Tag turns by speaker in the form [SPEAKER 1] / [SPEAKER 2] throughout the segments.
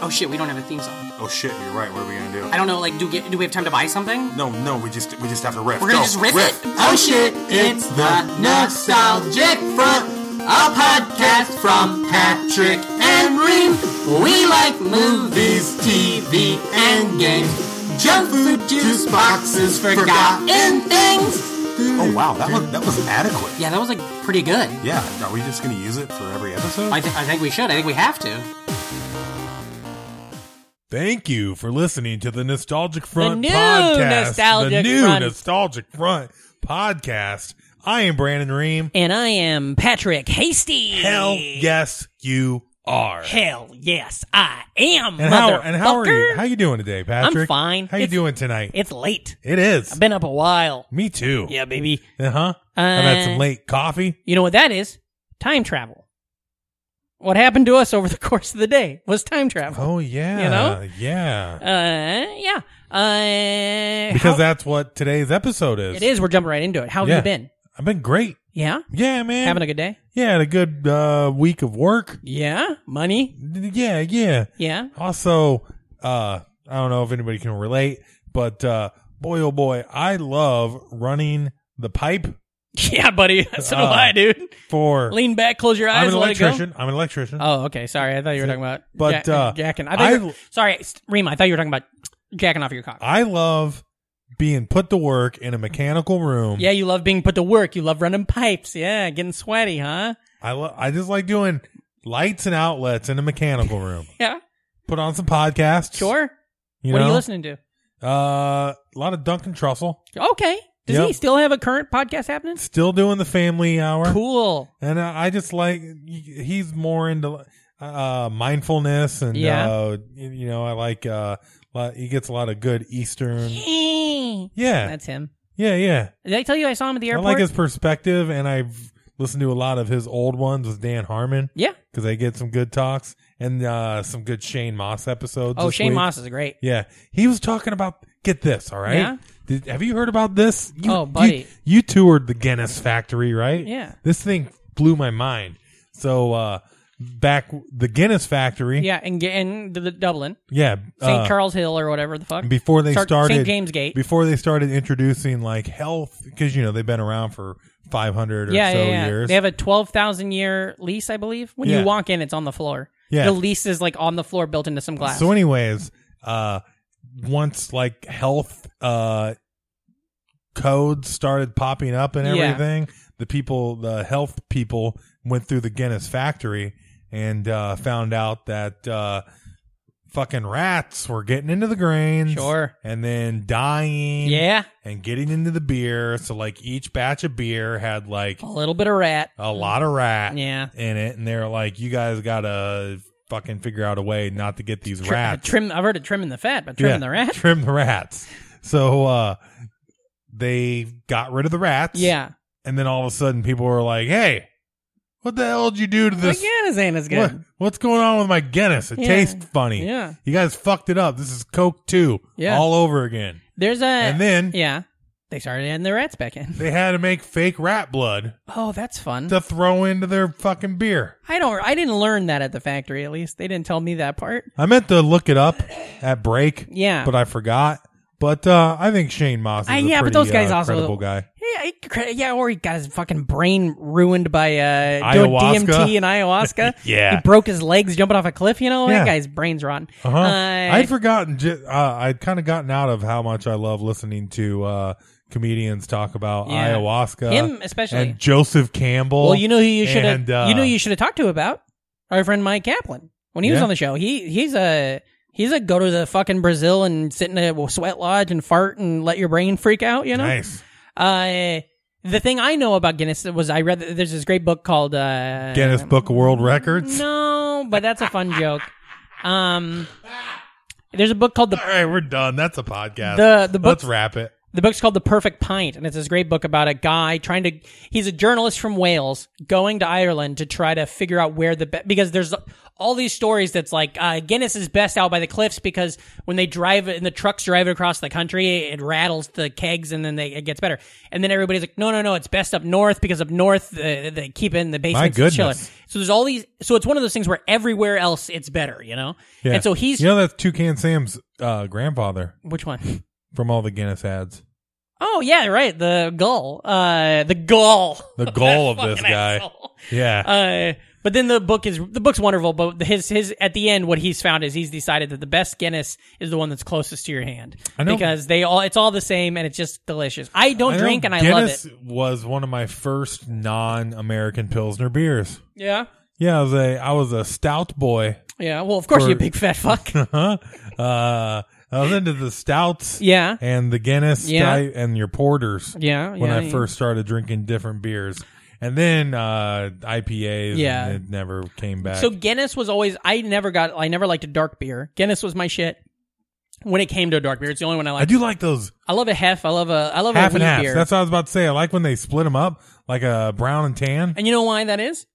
[SPEAKER 1] Oh shit, we don't have a theme song.
[SPEAKER 2] Oh shit, you're right. What are we gonna do?
[SPEAKER 1] I don't know. Like, do we, do we have time to buy something?
[SPEAKER 2] No, no, we just we just have to riff.
[SPEAKER 1] We're gonna
[SPEAKER 2] Go,
[SPEAKER 1] just riff, it.
[SPEAKER 2] riff.
[SPEAKER 1] Oh, shit!
[SPEAKER 2] Front,
[SPEAKER 1] a podcast from Patrick and Reem. We like movies, TV, and games. Junk food, juice boxes, forgotten things.
[SPEAKER 2] Oh wow, that was that was adequate.
[SPEAKER 1] Yeah, that was like pretty good.
[SPEAKER 2] Yeah, are we just gonna use it for every episode?
[SPEAKER 1] I, th- I think we should. I think we have to.
[SPEAKER 3] Thank you for listening to the Nostalgic Front
[SPEAKER 4] new
[SPEAKER 3] podcast.
[SPEAKER 4] Nostalgic
[SPEAKER 3] the new
[SPEAKER 4] Front.
[SPEAKER 3] Nostalgic Front podcast. I am Brandon Ream.
[SPEAKER 4] And I am Patrick Hasty.
[SPEAKER 3] Hell yes, you are.
[SPEAKER 4] Hell yes, I am.
[SPEAKER 3] and how and how are you?
[SPEAKER 4] motherfucker.
[SPEAKER 3] How you doing today, Patrick?
[SPEAKER 4] fine.
[SPEAKER 3] How you
[SPEAKER 4] It's-
[SPEAKER 3] doing tonight?
[SPEAKER 4] It's late.
[SPEAKER 3] it is.
[SPEAKER 4] I've been up a while.
[SPEAKER 3] Me too.
[SPEAKER 4] Yeah, baby.
[SPEAKER 3] Uh-huh. I've had some
[SPEAKER 4] Uh,
[SPEAKER 3] late coffee.
[SPEAKER 4] You know what that is? Time travel. What happened to us over the course of the day was time travel.
[SPEAKER 3] Oh yeah.
[SPEAKER 4] you know?
[SPEAKER 3] Yeah.
[SPEAKER 4] Uh, yeah. Uh,
[SPEAKER 3] Oh. because
[SPEAKER 4] how-
[SPEAKER 3] that's what today's episode is.
[SPEAKER 4] it is. We're jumping right into it. How have
[SPEAKER 3] Yeah.
[SPEAKER 4] you been?
[SPEAKER 3] I've been great.
[SPEAKER 4] Yeah.
[SPEAKER 3] Yeah, man.
[SPEAKER 4] Having a good day.
[SPEAKER 3] yeah, had a good uh, week of work.
[SPEAKER 4] Yeah. Money.
[SPEAKER 3] Yeah, yeah.
[SPEAKER 4] Yeah.
[SPEAKER 3] Also, uh, I don't know if anybody can relate, but uh, boy, oh boy, I love running the pipe
[SPEAKER 4] Yeah, buddy. So do
[SPEAKER 3] Uh,
[SPEAKER 4] I, dude.
[SPEAKER 3] for.
[SPEAKER 4] Lean back, close your eyes,
[SPEAKER 3] I'm an
[SPEAKER 4] and let it go.
[SPEAKER 3] electrician. I'm an electrician.
[SPEAKER 4] Oh, okay. Sorry, I thought you were talking about
[SPEAKER 3] But,
[SPEAKER 4] ja-
[SPEAKER 3] uh,
[SPEAKER 4] jacking. I thought you
[SPEAKER 3] I-
[SPEAKER 4] were- sorry, S- Rima. I thought you were talking about jacking off your cock.
[SPEAKER 3] I love being put to work in a mechanical room.
[SPEAKER 4] yeah, you love being put to work. You love running pipes. Yeah, getting sweaty, huh?
[SPEAKER 3] I lo- I just like doing lights and outlets in a mechanical room.
[SPEAKER 4] Yeah,
[SPEAKER 3] Put on some podcasts.
[SPEAKER 4] sure.
[SPEAKER 3] You
[SPEAKER 4] what
[SPEAKER 3] know?
[SPEAKER 4] are you listening to?
[SPEAKER 3] Uh, a lot of Duncan Trussell.
[SPEAKER 4] Okay. Does
[SPEAKER 3] Yep.
[SPEAKER 4] he still have a current podcast happening?
[SPEAKER 3] Still doing the family hour.
[SPEAKER 4] Cool.
[SPEAKER 3] And I I just like he's more into uh, mindfulness and
[SPEAKER 4] Yeah.
[SPEAKER 3] uh, you know I like uh, lot- he gets a lot of good Eastern. Yeah,
[SPEAKER 4] That's him.
[SPEAKER 3] yeah, yeah.
[SPEAKER 4] Did I tell you I saw him at the
[SPEAKER 3] I
[SPEAKER 4] airport?
[SPEAKER 3] like his perspective, and I've listened to a lot of his old ones with Dan Harmon
[SPEAKER 4] yeah.
[SPEAKER 3] because they get some good talks and uh, some good Shane Moss episodes.
[SPEAKER 4] Oh,
[SPEAKER 3] this
[SPEAKER 4] Shane
[SPEAKER 3] week.
[SPEAKER 4] Moss is great.
[SPEAKER 3] Yeah, he was talking about get this. All right,
[SPEAKER 4] Yeah.
[SPEAKER 3] Did, have you heard about this? You,
[SPEAKER 4] Oh, buddy.
[SPEAKER 3] you, you toured the Guinness factory, right?
[SPEAKER 4] Yeah.
[SPEAKER 3] This thing blew my mind. So uh, back the Guinness factory,
[SPEAKER 4] Yeah, and get in the, the Dublin,
[SPEAKER 3] yeah,
[SPEAKER 4] St.
[SPEAKER 3] uh,
[SPEAKER 4] Charles Hill or whatever the fuck.
[SPEAKER 3] Before they
[SPEAKER 4] Start-
[SPEAKER 3] started,
[SPEAKER 4] St. James Gate.
[SPEAKER 3] Before they started introducing like health, because you know they've been around for five hundred or
[SPEAKER 4] yeah,
[SPEAKER 3] so
[SPEAKER 4] yeah, yeah.
[SPEAKER 3] years.
[SPEAKER 4] They have a twelve thousand year lease, I believe. When
[SPEAKER 3] Yeah.
[SPEAKER 4] you walk in, it's on the floor.
[SPEAKER 3] Yeah.
[SPEAKER 4] the lease is like on the floor, built into some glass.
[SPEAKER 3] So, anyways, uh, once like health uh, codes started popping up and
[SPEAKER 4] Yeah.
[SPEAKER 3] everything, the people, the health people, went through the Guinness factory and uh, found out that uh, fucking rats were getting into the grains,
[SPEAKER 4] Sure.
[SPEAKER 3] and then dying,
[SPEAKER 4] yeah,
[SPEAKER 3] and getting into the beer. So, like each batch of beer had like
[SPEAKER 4] a little bit of rat.
[SPEAKER 3] a lot of rat,
[SPEAKER 4] Oh. Yeah.
[SPEAKER 3] in it, and they're like, you guys gotta. Fucking figure out a way not to get these
[SPEAKER 4] Tri-
[SPEAKER 3] rats.
[SPEAKER 4] Trim. I've heard of trimming the fat, but trimming the rat.
[SPEAKER 3] Trim the rats. So uh they got rid of the rats.
[SPEAKER 4] yeah.
[SPEAKER 3] And then all of a sudden people were like, Hey, what the hell did you do to this?
[SPEAKER 4] Again, his is good.
[SPEAKER 3] What- what's going on with my Guinness? It
[SPEAKER 4] Yeah.
[SPEAKER 3] tastes funny.
[SPEAKER 4] Yeah.
[SPEAKER 3] You guys fucked it up. This is Coke two
[SPEAKER 4] Yeah.
[SPEAKER 3] all over again.
[SPEAKER 4] There's a.
[SPEAKER 3] and then
[SPEAKER 4] yeah, they started adding the rats back in.
[SPEAKER 3] they had to make fake rat blood
[SPEAKER 4] Oh, that's fun.
[SPEAKER 3] to throw into their fucking beer.
[SPEAKER 4] I don't. I didn't learn that at the factory. At least they didn't tell me that part.
[SPEAKER 3] I meant to look it up at break,
[SPEAKER 4] Yeah.
[SPEAKER 3] but I forgot. But uh, I think Shane Moss is
[SPEAKER 4] I-
[SPEAKER 3] a
[SPEAKER 4] yeah, but
[SPEAKER 3] pretty,
[SPEAKER 4] those guys
[SPEAKER 3] uh,
[SPEAKER 4] also-
[SPEAKER 3] credible guy.
[SPEAKER 4] Yeah, he cra- yeah, or he got his fucking brain ruined by uh, doing
[SPEAKER 3] Ayahuasca.
[SPEAKER 4] DMT and ayahuasca.
[SPEAKER 3] Yeah.
[SPEAKER 4] he broke his legs jumping off a cliff. You know
[SPEAKER 3] Yeah.
[SPEAKER 4] that guy's brain's rotten.
[SPEAKER 3] Uh-huh.
[SPEAKER 4] Uh,
[SPEAKER 3] I'd forgotten. ju- Uh, I'd kind of gotten out of how much I love listening to uh, comedians talk about
[SPEAKER 4] Yeah.
[SPEAKER 3] ayahuasca,
[SPEAKER 4] Him especially.
[SPEAKER 3] and Joseph Campbell.
[SPEAKER 4] well, you know who you should have.
[SPEAKER 3] and, uh,
[SPEAKER 4] you know who you should have talked to about our friend Mike Kaplan when he was
[SPEAKER 3] Yeah.
[SPEAKER 4] on the show. He he's a he's a go to the fucking Brazil and sit in a sweat lodge and fart and let your brain freak out. You know.
[SPEAKER 3] nice
[SPEAKER 4] Uh, the thing I know about Guinness was I read that there's this great book called uh,
[SPEAKER 3] Guinness Book of World Records.
[SPEAKER 4] No, but that's a fun joke. Um, there's a book called the
[SPEAKER 3] All right, we're done. That's a podcast.
[SPEAKER 4] the the
[SPEAKER 3] Let's
[SPEAKER 4] book
[SPEAKER 3] wrap it.
[SPEAKER 4] The book's called The Perfect Pint, and it's this great book about a guy trying to. He's a journalist from Wales going to Ireland to try to figure out where the be- because there's all these stories that's like uh, Guinness is best out by the cliffs because when they drive it and the trucks drive it across the country, it rattles the kegs and then they, it gets better. And then everybody's like, no, no, no, it's best up north because up north uh, they keep it in the basement
[SPEAKER 3] goodness.
[SPEAKER 4] chiller. So there's all these. So it's one of those things where everywhere else it's better, you know.
[SPEAKER 3] Yeah.
[SPEAKER 4] And so he's
[SPEAKER 3] you know that's Toucan Sam's uh, grandfather
[SPEAKER 4] which one?
[SPEAKER 3] from all the Guinness ads.
[SPEAKER 4] Oh yeah, right. The gull. Uh, the gull.
[SPEAKER 3] The goal of
[SPEAKER 4] Fucking
[SPEAKER 3] this guy.
[SPEAKER 4] asshole.
[SPEAKER 3] Yeah.
[SPEAKER 4] Uh, but then the book is the book's wonderful. But his his at the end, what he's found is he's decided that the best Guinness is the one that's closest to your hand
[SPEAKER 3] I know.
[SPEAKER 4] because they all it's all the same and it's just delicious. I don't
[SPEAKER 3] know
[SPEAKER 4] drink and I love
[SPEAKER 3] Guinness
[SPEAKER 4] it.
[SPEAKER 3] Was one of my first non-American Pilsner beers.
[SPEAKER 4] Yeah,
[SPEAKER 3] Yeah, I was a I was a stout boy.
[SPEAKER 4] yeah. Well, of course
[SPEAKER 3] For-
[SPEAKER 4] you big fat fuck.
[SPEAKER 3] uh, I was into the stouts.
[SPEAKER 4] yeah,
[SPEAKER 3] and the Guinness
[SPEAKER 4] Yeah.
[SPEAKER 3] type and your porters.
[SPEAKER 4] yeah.
[SPEAKER 3] When
[SPEAKER 4] yeah,
[SPEAKER 3] I
[SPEAKER 4] yeah.
[SPEAKER 3] first started drinking different beers, and then uh, IPAs.
[SPEAKER 4] Yeah.
[SPEAKER 3] and it never came back.
[SPEAKER 4] So Guinness was always I never got I never liked a dark beer. Guinness was my shit. When it came to a dark beer, it's the only one I
[SPEAKER 3] I
[SPEAKER 4] like.
[SPEAKER 3] do like those
[SPEAKER 4] I love a hef. I love a I love
[SPEAKER 3] half
[SPEAKER 4] a wheat
[SPEAKER 3] and half.
[SPEAKER 4] beer.
[SPEAKER 3] That's what I was about to say. I like when they split them up, like a brown and tan.
[SPEAKER 4] And you know why that is?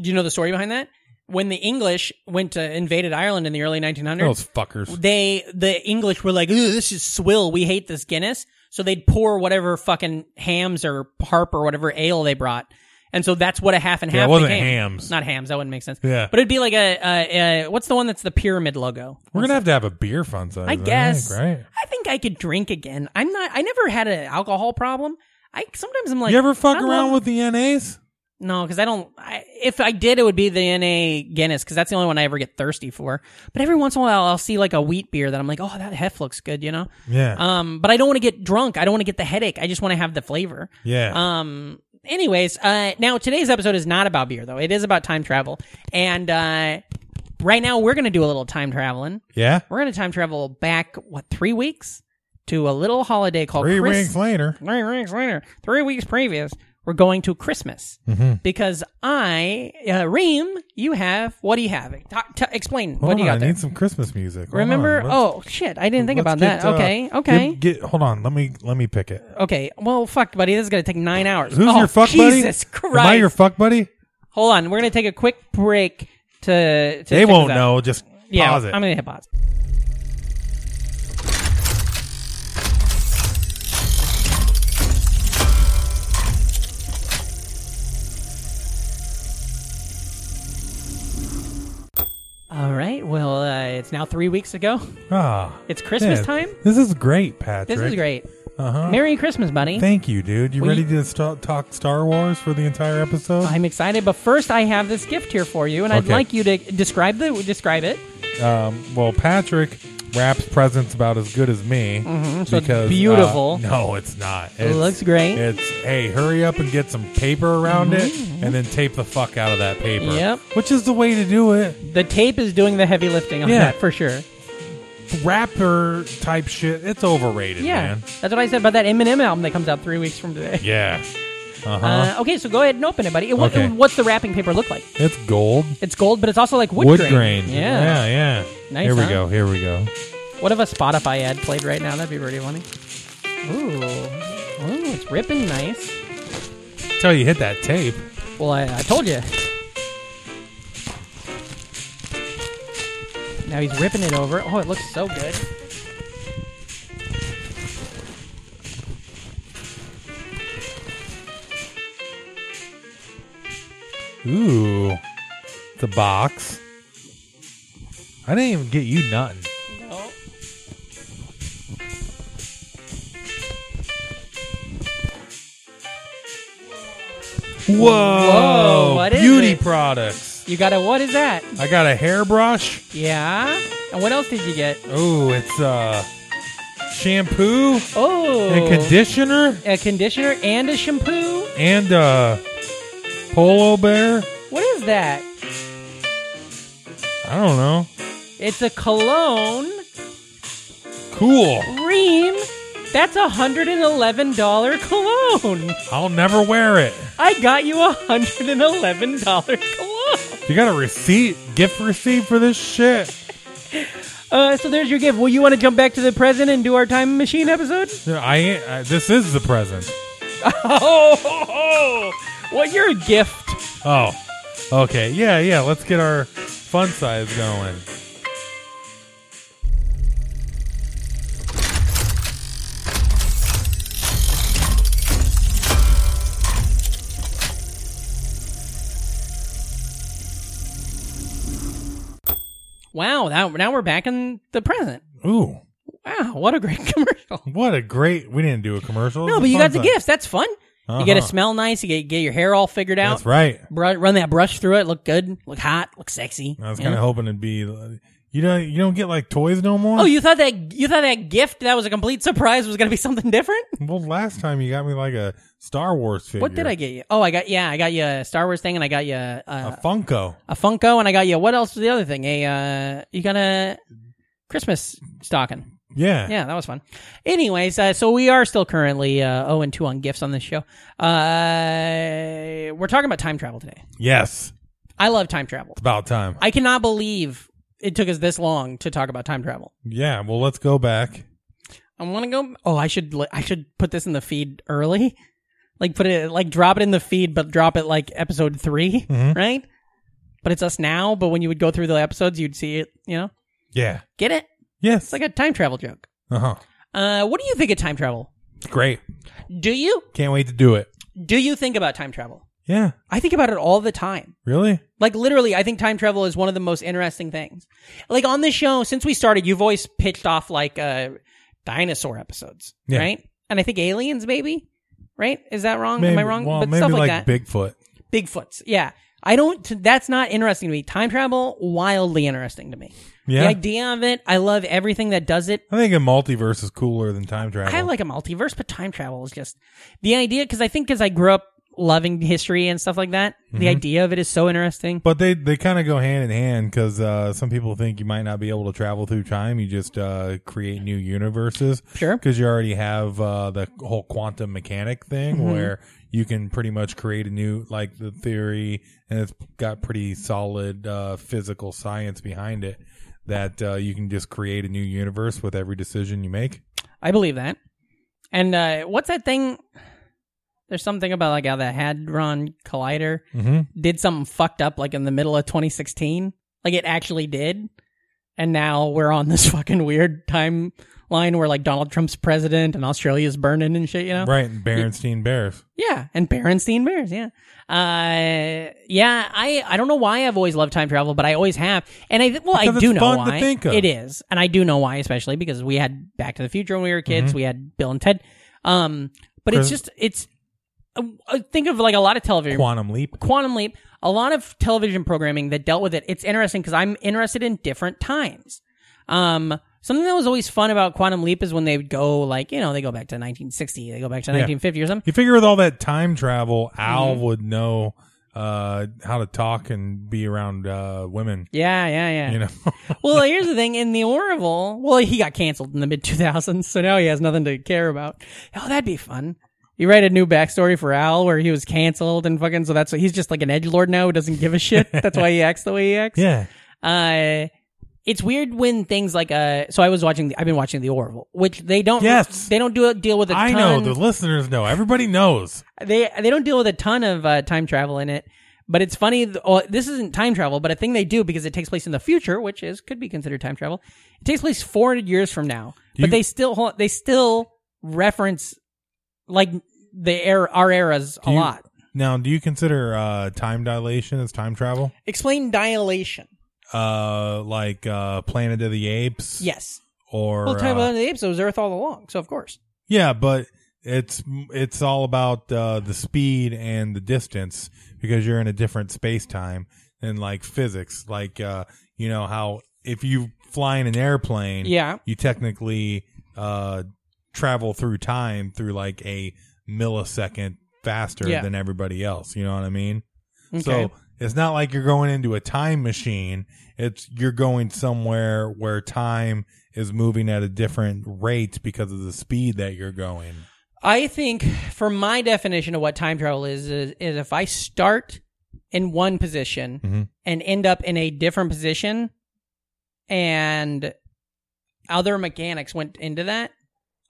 [SPEAKER 4] Do you know the story behind that? When the English went to invaded Ireland in the early 1900s,
[SPEAKER 3] Those fuckers.
[SPEAKER 4] they the English were like, "Ugh, "This is swill. We hate this Guinness." So they'd pour whatever fucking hams or harp or whatever ale they brought, and so that's what a half and
[SPEAKER 3] Yeah, it
[SPEAKER 4] half.
[SPEAKER 3] wasn't
[SPEAKER 4] became.
[SPEAKER 3] hams.
[SPEAKER 4] not hams. That wouldn't make sense.
[SPEAKER 3] Yeah.
[SPEAKER 4] but it'd be like a, a, a what's the one that's the pyramid logo?
[SPEAKER 3] We're gonna have to have a beer fun size.
[SPEAKER 4] I guess.
[SPEAKER 3] right?
[SPEAKER 4] I think I could drink again. I'm not. I never had an alcohol problem. I sometimes I'm like,
[SPEAKER 3] you ever fuck
[SPEAKER 4] I
[SPEAKER 3] around
[SPEAKER 4] love-
[SPEAKER 3] with the NAs?
[SPEAKER 4] No, because I don't. I, if I did, it would be the NA Guinness because that's the only one I ever get thirsty for. But every once in a while, I'll see like a wheat beer that I'm like, oh, that hef looks good, you know.
[SPEAKER 3] Yeah.
[SPEAKER 4] Um, but I don't want to get drunk. I don't want to get the headache. I just want to have the flavor.
[SPEAKER 3] yeah.
[SPEAKER 4] Um. Anyways, uh, now today's episode is not about beer though. It is about time travel, and uh, right now we're gonna do a little time traveling.
[SPEAKER 3] yeah.
[SPEAKER 4] We're gonna time travel back what three weeks to a little holiday called
[SPEAKER 3] Three
[SPEAKER 4] Chris-
[SPEAKER 3] rings later.
[SPEAKER 4] three weeks later, three weeks previous, we're going to Christmas
[SPEAKER 3] Mm-hmm.
[SPEAKER 4] because I, uh, Reem, you have what do you have? Ta ta- explain what
[SPEAKER 3] Hold
[SPEAKER 4] do you
[SPEAKER 3] on,
[SPEAKER 4] got
[SPEAKER 3] I
[SPEAKER 4] there?
[SPEAKER 3] need some Christmas music. Hold
[SPEAKER 4] Remember?
[SPEAKER 3] on, let's-
[SPEAKER 4] oh shit, I didn't think
[SPEAKER 3] let's
[SPEAKER 4] about
[SPEAKER 3] get,
[SPEAKER 4] that.
[SPEAKER 3] uh,
[SPEAKER 4] okay, okay,
[SPEAKER 3] Get, get- hold on. Let me let me pick it.
[SPEAKER 4] okay. Well, fuck, buddy, this is gonna take nine hours.
[SPEAKER 3] Who's
[SPEAKER 4] Oh,
[SPEAKER 3] your fuck buddy?
[SPEAKER 4] Jesus Christ!
[SPEAKER 3] Am I your fuck buddy?
[SPEAKER 4] Hold on, we're gonna take a quick break to. to
[SPEAKER 3] They
[SPEAKER 4] check this
[SPEAKER 3] won't
[SPEAKER 4] out.
[SPEAKER 3] know. Just
[SPEAKER 4] Yeah,
[SPEAKER 3] pause it.
[SPEAKER 4] I'm gonna hit pause. All right. Well, uh, it's now three weeks ago.
[SPEAKER 3] Ah,
[SPEAKER 4] It's Christmas time.
[SPEAKER 3] This is great, Patrick.
[SPEAKER 4] This is great.
[SPEAKER 3] Uh-huh.
[SPEAKER 4] Merry Christmas, buddy.
[SPEAKER 3] Thank you, dude. You
[SPEAKER 4] We-
[SPEAKER 3] ready to st- talk Star Wars for the entire episode?
[SPEAKER 4] I'm excited, but first I have this gift here for you, and I'd
[SPEAKER 3] Okay.
[SPEAKER 4] like you to describe the describe it.
[SPEAKER 3] um, well, Patrick wraps presents about as good as me
[SPEAKER 4] Mm-hmm, so it's
[SPEAKER 3] because uh,
[SPEAKER 4] beautiful.
[SPEAKER 3] no, it's not. It
[SPEAKER 4] looks great.
[SPEAKER 3] It's hey, hurry up and get some paper around it, and then tape the fuck out of that paper.
[SPEAKER 4] Mm-hmm, Yep.
[SPEAKER 3] Which is the way to do it.
[SPEAKER 4] The tape is doing the heavy lifting on
[SPEAKER 3] Yeah.
[SPEAKER 4] that for sure.
[SPEAKER 3] Rapper type shit. It's overrated,
[SPEAKER 4] Yeah,
[SPEAKER 3] man.
[SPEAKER 4] that's what I said about that Eminem album that comes out three weeks from today.
[SPEAKER 3] Yeah. Uh huh.
[SPEAKER 4] Uh, okay, so go ahead and open it, buddy. It, what,
[SPEAKER 3] Okay.
[SPEAKER 4] what's the wrapping paper look like?
[SPEAKER 3] it's gold.
[SPEAKER 4] It's gold, but it's also like wood,
[SPEAKER 3] wood
[SPEAKER 4] grain.
[SPEAKER 3] grain.
[SPEAKER 4] Yeah.
[SPEAKER 3] yeah, yeah.
[SPEAKER 4] Nice,
[SPEAKER 3] Here we
[SPEAKER 4] huh?
[SPEAKER 3] go. Here we go.
[SPEAKER 4] What if a Spotify ad played right now? That'd be pretty funny. Ooh, ooh, it's ripping nice.
[SPEAKER 3] Till you hit that tape.
[SPEAKER 4] Well, I, I told you. Now he's ripping it over. Oh, it looks so good.
[SPEAKER 3] Ooh, the box. I didn't even get you nothing.
[SPEAKER 4] Oh.
[SPEAKER 3] Whoa!
[SPEAKER 4] Whoa, what is
[SPEAKER 3] Beauty
[SPEAKER 4] it?
[SPEAKER 3] products.
[SPEAKER 4] You got a what is that?
[SPEAKER 3] I got a hairbrush.
[SPEAKER 4] Yeah. And what else did you get?
[SPEAKER 3] Oh, it's uh, shampoo
[SPEAKER 4] Oh,
[SPEAKER 3] and conditioner
[SPEAKER 4] a conditioner and a shampoo.
[SPEAKER 3] and uh, polo bear.
[SPEAKER 4] What is that?
[SPEAKER 3] I don't know.
[SPEAKER 4] It's a cologne
[SPEAKER 3] Cool.
[SPEAKER 4] cream. That's a hundred and eleven dollar cologne.
[SPEAKER 3] I'll never wear it.
[SPEAKER 4] I got you a hundred and eleven dollar cologne.
[SPEAKER 3] You got a receipt, gift receipt for this shit.
[SPEAKER 4] Uh, so there's your gift. Will you want to jump back to the present and do our time machine episode?
[SPEAKER 3] I, I this is the present.
[SPEAKER 4] Oh, ho, ho. well, you're a gift.
[SPEAKER 3] Oh, okay, yeah, yeah. Let's get our fun size going.
[SPEAKER 4] Wow, now, now we're back in the present.
[SPEAKER 3] Ooh,
[SPEAKER 4] Wow, what a great commercial.
[SPEAKER 3] what a great! We didn't do a commercial. It
[SPEAKER 4] No,
[SPEAKER 3] was
[SPEAKER 4] but
[SPEAKER 3] a
[SPEAKER 4] you
[SPEAKER 3] fun
[SPEAKER 4] got the
[SPEAKER 3] size.
[SPEAKER 4] gifts. That's fun. You get to
[SPEAKER 3] Uh-huh.
[SPEAKER 4] smell nice. You get, get your hair all figured out.
[SPEAKER 3] That's right.
[SPEAKER 4] Bru- run that brush through it. Look good. Look hot. Look sexy.
[SPEAKER 3] I was
[SPEAKER 4] you
[SPEAKER 3] kind of
[SPEAKER 4] know?
[SPEAKER 3] hoping it'd be. You don't. You don't get like toys no more.
[SPEAKER 4] Oh, you thought that you thought that gift that was a complete surprise was going to be something different?
[SPEAKER 3] well, last time you got me like a Star Wars figure.
[SPEAKER 4] What did I get you? Oh, I got yeah, I got you a Star Wars thing, and I got you a,
[SPEAKER 3] A
[SPEAKER 4] a,
[SPEAKER 3] Funko.
[SPEAKER 4] a Funko, and I got you what else was the other thing? A uh, you got a Christmas stocking.
[SPEAKER 3] Yeah.
[SPEAKER 4] Yeah, that was fun. Anyways, uh, so we are still currently uh, zero and two on gifts on this show. Uh, we're talking about time travel today.
[SPEAKER 3] Yes.
[SPEAKER 4] I love time travel.
[SPEAKER 3] It's about time.
[SPEAKER 4] I cannot believe it took us this long to talk about time travel.
[SPEAKER 3] Yeah. Well, let's go back.
[SPEAKER 4] I want to go. Oh, I should. li- I should put this in the feed early. Like put it. Like drop it in the feed, but drop it like episode 3 right? But it's us now. But when you would go through the episodes, you'd see it. You know,
[SPEAKER 3] Yeah.
[SPEAKER 4] get it?
[SPEAKER 3] Yes.
[SPEAKER 4] It's like a time travel joke.
[SPEAKER 3] uh huh.
[SPEAKER 4] Uh, what do you think of time travel?
[SPEAKER 3] It's great.
[SPEAKER 4] Do you
[SPEAKER 3] Can't wait to do it.
[SPEAKER 4] do you think about time travel?
[SPEAKER 3] Yeah.
[SPEAKER 4] I think about it all the time.
[SPEAKER 3] Really?
[SPEAKER 4] Like literally, I think time travel is one of the most interesting things. Like on this show, since we started, you've always pitched off like uh dinosaur episodes,
[SPEAKER 3] Yeah.
[SPEAKER 4] right? And I think aliens, maybe, right? Is that wrong? Am I wrong?
[SPEAKER 3] Well,
[SPEAKER 4] but
[SPEAKER 3] maybe
[SPEAKER 4] stuff like, that.
[SPEAKER 3] like, Bigfoot.
[SPEAKER 4] Bigfoots, yeah. I don't. That's not interesting to me. Time travel, wildly interesting to me.
[SPEAKER 3] Yeah.
[SPEAKER 4] The idea of it, I love everything that does it.
[SPEAKER 3] I think a multiverse is cooler than time travel.
[SPEAKER 4] I like a multiverse, but time travel is just the idea. Because I think because I grew up loving history and stuff like that, the idea of it is so interesting.
[SPEAKER 3] Mm-hmm. but they they kind of go hand in hand because uh, some people think you might not be able to travel through time. You just uh, create new universes.
[SPEAKER 4] Sure.
[SPEAKER 3] Because you already have uh, the whole quantum mechanic thing where you can pretty much create a new, like the theory, and it's got pretty solid uh, physical science behind it that uh, you can just create a new universe with every decision you make.
[SPEAKER 4] I believe that. And uh, what's that thing? There's something about like how the hadron collider
[SPEAKER 3] Mm-hmm.
[SPEAKER 4] did something fucked up, like in the middle of 2016. Like it actually did, and now we're on this fucking weird timeline where like Donald Trump's president and Australia's burning and shit. You know,
[SPEAKER 3] Right. and Berenstein Bears.
[SPEAKER 4] yeah, and Berenstein Bears, yeah. Uh, yeah, I, I don't know why I've always loved time travel, but I always have. And I, well, I
[SPEAKER 3] Because
[SPEAKER 4] do
[SPEAKER 3] it's
[SPEAKER 4] know
[SPEAKER 3] fun to
[SPEAKER 4] why.
[SPEAKER 3] think of.
[SPEAKER 4] It is. And I do know why, especially because we had Back to the Future when we were
[SPEAKER 3] Mm-hmm.
[SPEAKER 4] kids. We had Bill and Ted. Um, but it's
[SPEAKER 3] Chris-
[SPEAKER 4] just, it's, uh, uh, think of like a lot of television.
[SPEAKER 3] Quantum Leap.
[SPEAKER 4] Quantum Leap, a lot of television programming that dealt with it. It's interesting because I'm interested in different times. Um, something that was always fun about Quantum Leap is when they would go like, you know, they go back to 1960, they go back to 1950 or something.
[SPEAKER 3] You figure with all that time travel, Al would know uh, how to talk and be around uh, women.
[SPEAKER 4] Yeah, yeah, yeah.
[SPEAKER 3] You know,
[SPEAKER 4] well, here's the thing. In the Orville, well, he got canceled in the mid 2000s, so now he has nothing to care about. Oh, that'd be fun. You write a new backstory for Al where he was canceled and fucking, so that's he's just like an edge lord now who doesn't give a shit. That's why he acts the way he acts.
[SPEAKER 3] yeah,
[SPEAKER 4] Uh, it's weird when things like uh, so I was watching. The, I've been watching the Orville, which they don't.
[SPEAKER 3] Yes.
[SPEAKER 4] they don't do it- deal with. a
[SPEAKER 3] I know
[SPEAKER 4] ton-
[SPEAKER 3] the listeners know. Everybody knows.
[SPEAKER 4] they they don't deal with a ton of uh, time travel in it. But it's funny. th- oh, This isn't time travel, but a thing they do because it takes place in the future, which is could be considered time travel. It takes place 400 years from now, but
[SPEAKER 3] You-
[SPEAKER 4] they still hold- they still reference like the era, our eras a
[SPEAKER 3] Do you-
[SPEAKER 4] lot.
[SPEAKER 3] Now, do you consider uh, time dilation as time travel?
[SPEAKER 4] Explain dilation.
[SPEAKER 3] Uh, like uh, Planet of the Apes?
[SPEAKER 4] Yes.
[SPEAKER 3] Or
[SPEAKER 4] Well, time
[SPEAKER 3] uh,
[SPEAKER 4] of the apes it was Earth all along, so of course.
[SPEAKER 3] yeah, but it's it's all about uh, the speed and the distance because you're in a different space time than like physics. Like uh, you know how if you fly in an airplane,
[SPEAKER 4] Yeah.
[SPEAKER 3] you technically uh travel through time through like a millisecond faster
[SPEAKER 4] Yeah.
[SPEAKER 3] than everybody else you know what i mean
[SPEAKER 4] Okay.
[SPEAKER 3] so it's not like you're going into a time machine it's you're going somewhere where time is moving at a different rate because of the speed that you're going
[SPEAKER 4] I think, for my definition of what time travel is, is, is if I start in one
[SPEAKER 3] Mm-hmm.
[SPEAKER 4] position and end up in a different position, and other mechanics went into that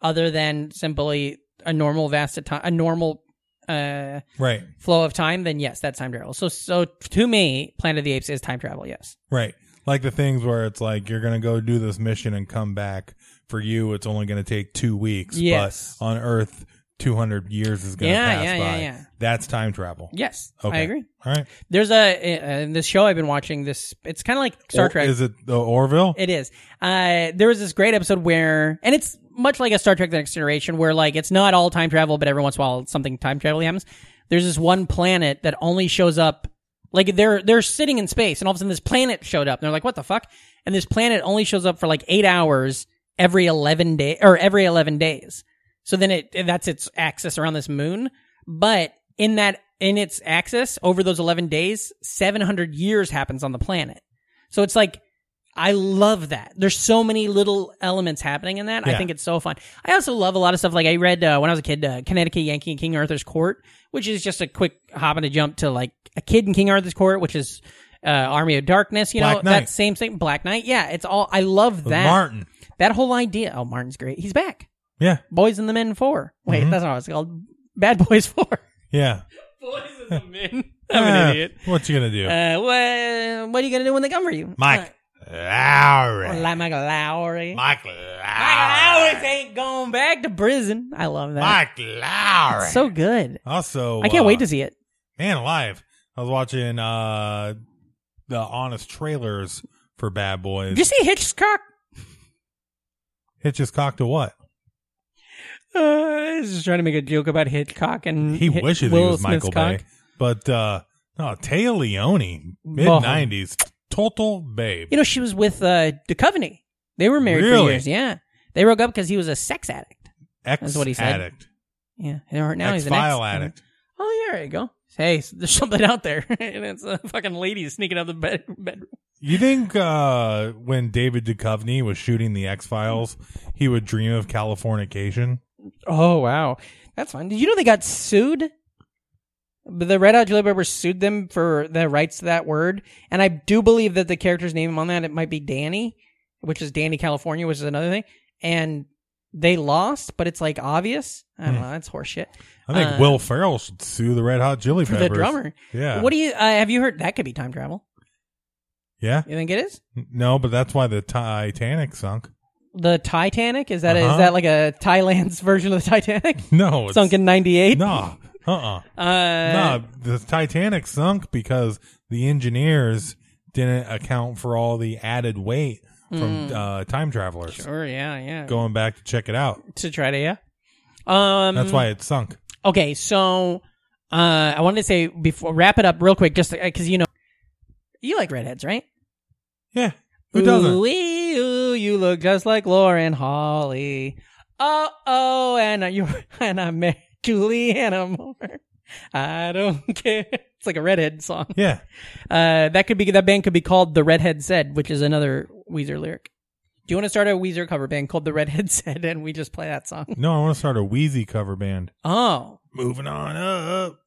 [SPEAKER 4] other than simply a normal vast time, a normal uh,
[SPEAKER 3] Right.
[SPEAKER 4] flow of time, then yes, that's time travel. So, so to me, Planet of the Apes is time travel. Yes.
[SPEAKER 3] Right. Like the things where it's like you're gonna go do this mission and come back. For you, it's only gonna take two weeks.
[SPEAKER 4] Yes.
[SPEAKER 3] But on Earth, two hundred years is gonna
[SPEAKER 4] Yeah,
[SPEAKER 3] pass
[SPEAKER 4] yeah, yeah,
[SPEAKER 3] by.
[SPEAKER 4] yeah.
[SPEAKER 3] That's time travel.
[SPEAKER 4] Yes, I
[SPEAKER 3] Okay.
[SPEAKER 4] agree.
[SPEAKER 3] All right.
[SPEAKER 4] There's a uh, in this show I've been watching. This it's kind of like Star
[SPEAKER 3] Or-
[SPEAKER 4] Trek.
[SPEAKER 3] Is it the Orville?
[SPEAKER 4] It is. Uh, there was this great episode where, and it's much like a Star Trek: The Next Generation, where like it's not all time travel, but every once in a while something time travel happens. There's this one planet that only shows up, like they're they're sitting in space, and all of a sudden this planet showed up, and they're like, "What the fuck?" And this planet only shows up for like eight hours every eleven day or every eleven days. So then it that's its axis around this moon, but in that in its axis over those eleven days, seven hundred years happens on the planet. So it's like I love that. There's so many little elements happening in that. I
[SPEAKER 3] Yeah.
[SPEAKER 4] think it's so fun. I also love a lot of stuff. Like I read uh, when I was a kid, uh, Connecticut Yankee and King Arthur's Court, which is just a quick hop and a jump to like a kid in King Arthur's Court, which is uh, Army of Darkness. You
[SPEAKER 3] Black
[SPEAKER 4] know
[SPEAKER 3] Knight.
[SPEAKER 4] that same thing. Black Knight. Yeah, it's all. I love
[SPEAKER 3] With
[SPEAKER 4] that.
[SPEAKER 3] Martin.
[SPEAKER 4] That whole idea. Oh, Martin's great. He's back.
[SPEAKER 3] Yeah.
[SPEAKER 4] Boys and the Men Four. Wait,
[SPEAKER 3] Mm-hmm.
[SPEAKER 4] that's not what it's called. Bad Boys Four.
[SPEAKER 3] Yeah.
[SPEAKER 4] Boys and the Men. I'm
[SPEAKER 3] Ah,
[SPEAKER 4] an idiot.
[SPEAKER 3] What you gonna do?
[SPEAKER 4] Uh, what, what are you gonna do when they come for you,
[SPEAKER 2] Mike Lowry.
[SPEAKER 4] Uh, like Michael Lowry.
[SPEAKER 2] Mike
[SPEAKER 4] I always
[SPEAKER 2] Lowry.
[SPEAKER 4] ain't going back to prison. I love that.
[SPEAKER 2] Mike Lowry.
[SPEAKER 4] It's so good.
[SPEAKER 3] also,
[SPEAKER 4] I can't wait
[SPEAKER 3] uh,
[SPEAKER 4] to see it.
[SPEAKER 3] Man alive. I was watching uh the honest trailers for Bad Boys.
[SPEAKER 4] Did you see Hitchcock?
[SPEAKER 3] Hitch his cock to what?
[SPEAKER 4] Uh, I was just trying to make a joke about Hitchcock and
[SPEAKER 3] He
[SPEAKER 4] Hit-
[SPEAKER 3] wishes
[SPEAKER 4] Will
[SPEAKER 3] he was
[SPEAKER 4] Smith's
[SPEAKER 3] Michael
[SPEAKER 4] cock.
[SPEAKER 3] Bay. But uh no, Taya Leone, mid
[SPEAKER 4] Oh.
[SPEAKER 3] nineties, total babe.
[SPEAKER 4] You know, she was with uh, Duchovny. They were married for
[SPEAKER 3] Really?
[SPEAKER 4] years. Yeah, they broke up because he was a sex addict.
[SPEAKER 3] Ex
[SPEAKER 4] what he said.
[SPEAKER 3] addict.
[SPEAKER 4] Yeah, and or- now
[SPEAKER 3] Ex
[SPEAKER 4] he's an ex-
[SPEAKER 3] file addict.
[SPEAKER 4] Oh yeah, there you go. Hey, s- there's something out there, and it's a fucking lady sneaking out the bed- bedroom.
[SPEAKER 3] You think uh when David Duchovny was shooting the X Files, he would dream of Californication?
[SPEAKER 4] Oh wow, that's fun. Did you know they got sued? The Red Hot Chili Peppers sued them for the rights to that word, and I do believe that the character's name on that it might be Danny, which is Danny California, which is another thing, and they lost, but it's like obvious. I
[SPEAKER 3] Hmm.
[SPEAKER 4] don't know. That's horseshit.
[SPEAKER 3] I think
[SPEAKER 4] Uh,
[SPEAKER 3] Will Ferrell should sue the Red Hot Chili
[SPEAKER 4] for
[SPEAKER 3] Peppers.
[SPEAKER 4] the drummer.
[SPEAKER 3] Yeah.
[SPEAKER 4] What do you uh, have you heard? That could be time travel.
[SPEAKER 3] Yeah.
[SPEAKER 4] You think it is?
[SPEAKER 3] No, but that's why the Titanic sunk.
[SPEAKER 4] The Titanic is that is
[SPEAKER 3] Uh-huh.
[SPEAKER 4] that like a Thailand's version of the Titanic?
[SPEAKER 3] No, it's,
[SPEAKER 4] Sunk in '98.
[SPEAKER 3] No, uh, uh
[SPEAKER 4] Uh,
[SPEAKER 3] no. The Titanic sunk because the engineers didn't account for all the added weight from uh, time travelers
[SPEAKER 4] Hmm. Sure. Yeah. Yeah.
[SPEAKER 3] going back to check it out.
[SPEAKER 4] to try to yeah. Um.
[SPEAKER 3] That's why it sunk.
[SPEAKER 4] Okay. So, uh, I wanted to say before wrap it up real quick, just because you know, you like redheads, right?
[SPEAKER 3] Yeah, who doesn't?
[SPEAKER 4] Ooh-wee, ooh, you look just like Lauren Holly. Oh, oh, and I- you and I met Juliana Moore. I don't care. It's like a redhead song.
[SPEAKER 3] Yeah,
[SPEAKER 4] Uh, that could be that band could be called the Redhead Said, which is another Weezer lyric. Do you want to start a Weezer cover band called the Redhead Said, and we just play that song?
[SPEAKER 3] no, I want to start a Wheezy cover band.
[SPEAKER 4] Oh,
[SPEAKER 3] Moving on up.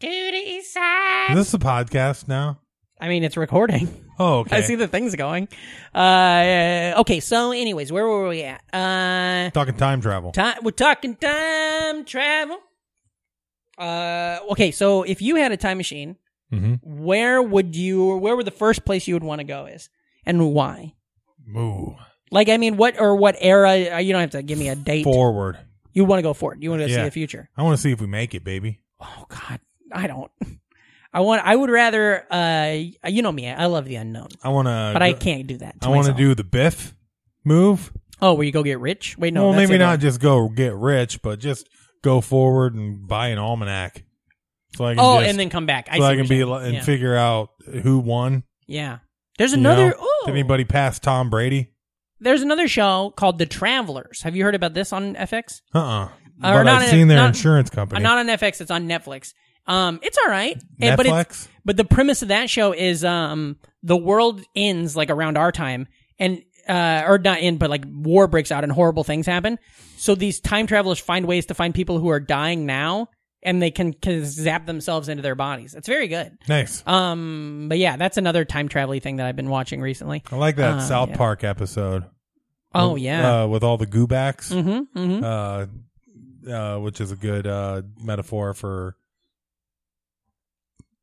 [SPEAKER 4] to the east side.
[SPEAKER 3] Is this a podcast now?
[SPEAKER 4] I mean, it's recording.
[SPEAKER 3] Oh, okay.
[SPEAKER 4] I see the things going. Uh, okay. So, anyways, where were we at? Uh,
[SPEAKER 3] Talking time travel.
[SPEAKER 4] time. We're talking time travel. Uh, okay. So, if you had a time machine,
[SPEAKER 3] Mhm.
[SPEAKER 4] where would you? Where would the first place you would want to go is, and why?
[SPEAKER 3] Ooh.
[SPEAKER 4] Like, I mean, what or what era? uh, You don't have to give me a date.
[SPEAKER 3] Forward.
[SPEAKER 4] You want to go forward. You want to see
[SPEAKER 3] Yeah.
[SPEAKER 4] the future.
[SPEAKER 3] I want to see if we make it, baby.
[SPEAKER 4] Oh God, I don't. I want. I would rather. Uh, you know me. I love the unknown,
[SPEAKER 3] I want to.
[SPEAKER 4] but I can't do that.
[SPEAKER 3] Uh, I want to
[SPEAKER 4] myself.
[SPEAKER 3] do the Biff move.
[SPEAKER 4] Oh, where you go get rich? Wait, no.
[SPEAKER 3] well,
[SPEAKER 4] that's
[SPEAKER 3] maybe
[SPEAKER 4] it. uh,
[SPEAKER 3] not just go get rich, but just go forward and buy an almanac. So I can
[SPEAKER 4] Oh,
[SPEAKER 3] just-
[SPEAKER 4] and then come back. I
[SPEAKER 3] so
[SPEAKER 4] see
[SPEAKER 3] I
[SPEAKER 4] what
[SPEAKER 3] can be
[SPEAKER 4] you're
[SPEAKER 3] li-
[SPEAKER 4] saying.
[SPEAKER 3] and
[SPEAKER 4] yeah.
[SPEAKER 3] figure out who won.
[SPEAKER 4] yeah. There's
[SPEAKER 3] you
[SPEAKER 4] another.
[SPEAKER 3] know?
[SPEAKER 4] Oh,
[SPEAKER 3] Did anybody pass Tom Brady?
[SPEAKER 4] There's another show called The Travelers. Have you heard about this on FX?
[SPEAKER 3] Uh uh But
[SPEAKER 4] not
[SPEAKER 3] I've
[SPEAKER 4] in-
[SPEAKER 3] seen their
[SPEAKER 4] not-
[SPEAKER 3] insurance
[SPEAKER 4] Uh,
[SPEAKER 3] company.
[SPEAKER 4] not on FX. It's on Netflix. Um, it's all right. Eh, But it's,
[SPEAKER 3] Netflix.
[SPEAKER 4] But the premise of that show is um the world ends like around our time and uh or not end but like war breaks out and horrible things happen. So these time travelers find ways to find people who are dying now and they can, can zap themselves into their bodies. It's very good.
[SPEAKER 3] nice.
[SPEAKER 4] Um but yeah, that's another time travel thing that I've been watching recently.
[SPEAKER 3] I like that
[SPEAKER 4] uh,
[SPEAKER 3] South
[SPEAKER 4] yeah.
[SPEAKER 3] Park episode
[SPEAKER 4] Oh yeah.
[SPEAKER 3] uh, with all the goobacks,
[SPEAKER 4] mm-hmm, mm-hmm.
[SPEAKER 3] uh, uh, which is a good uh, metaphor for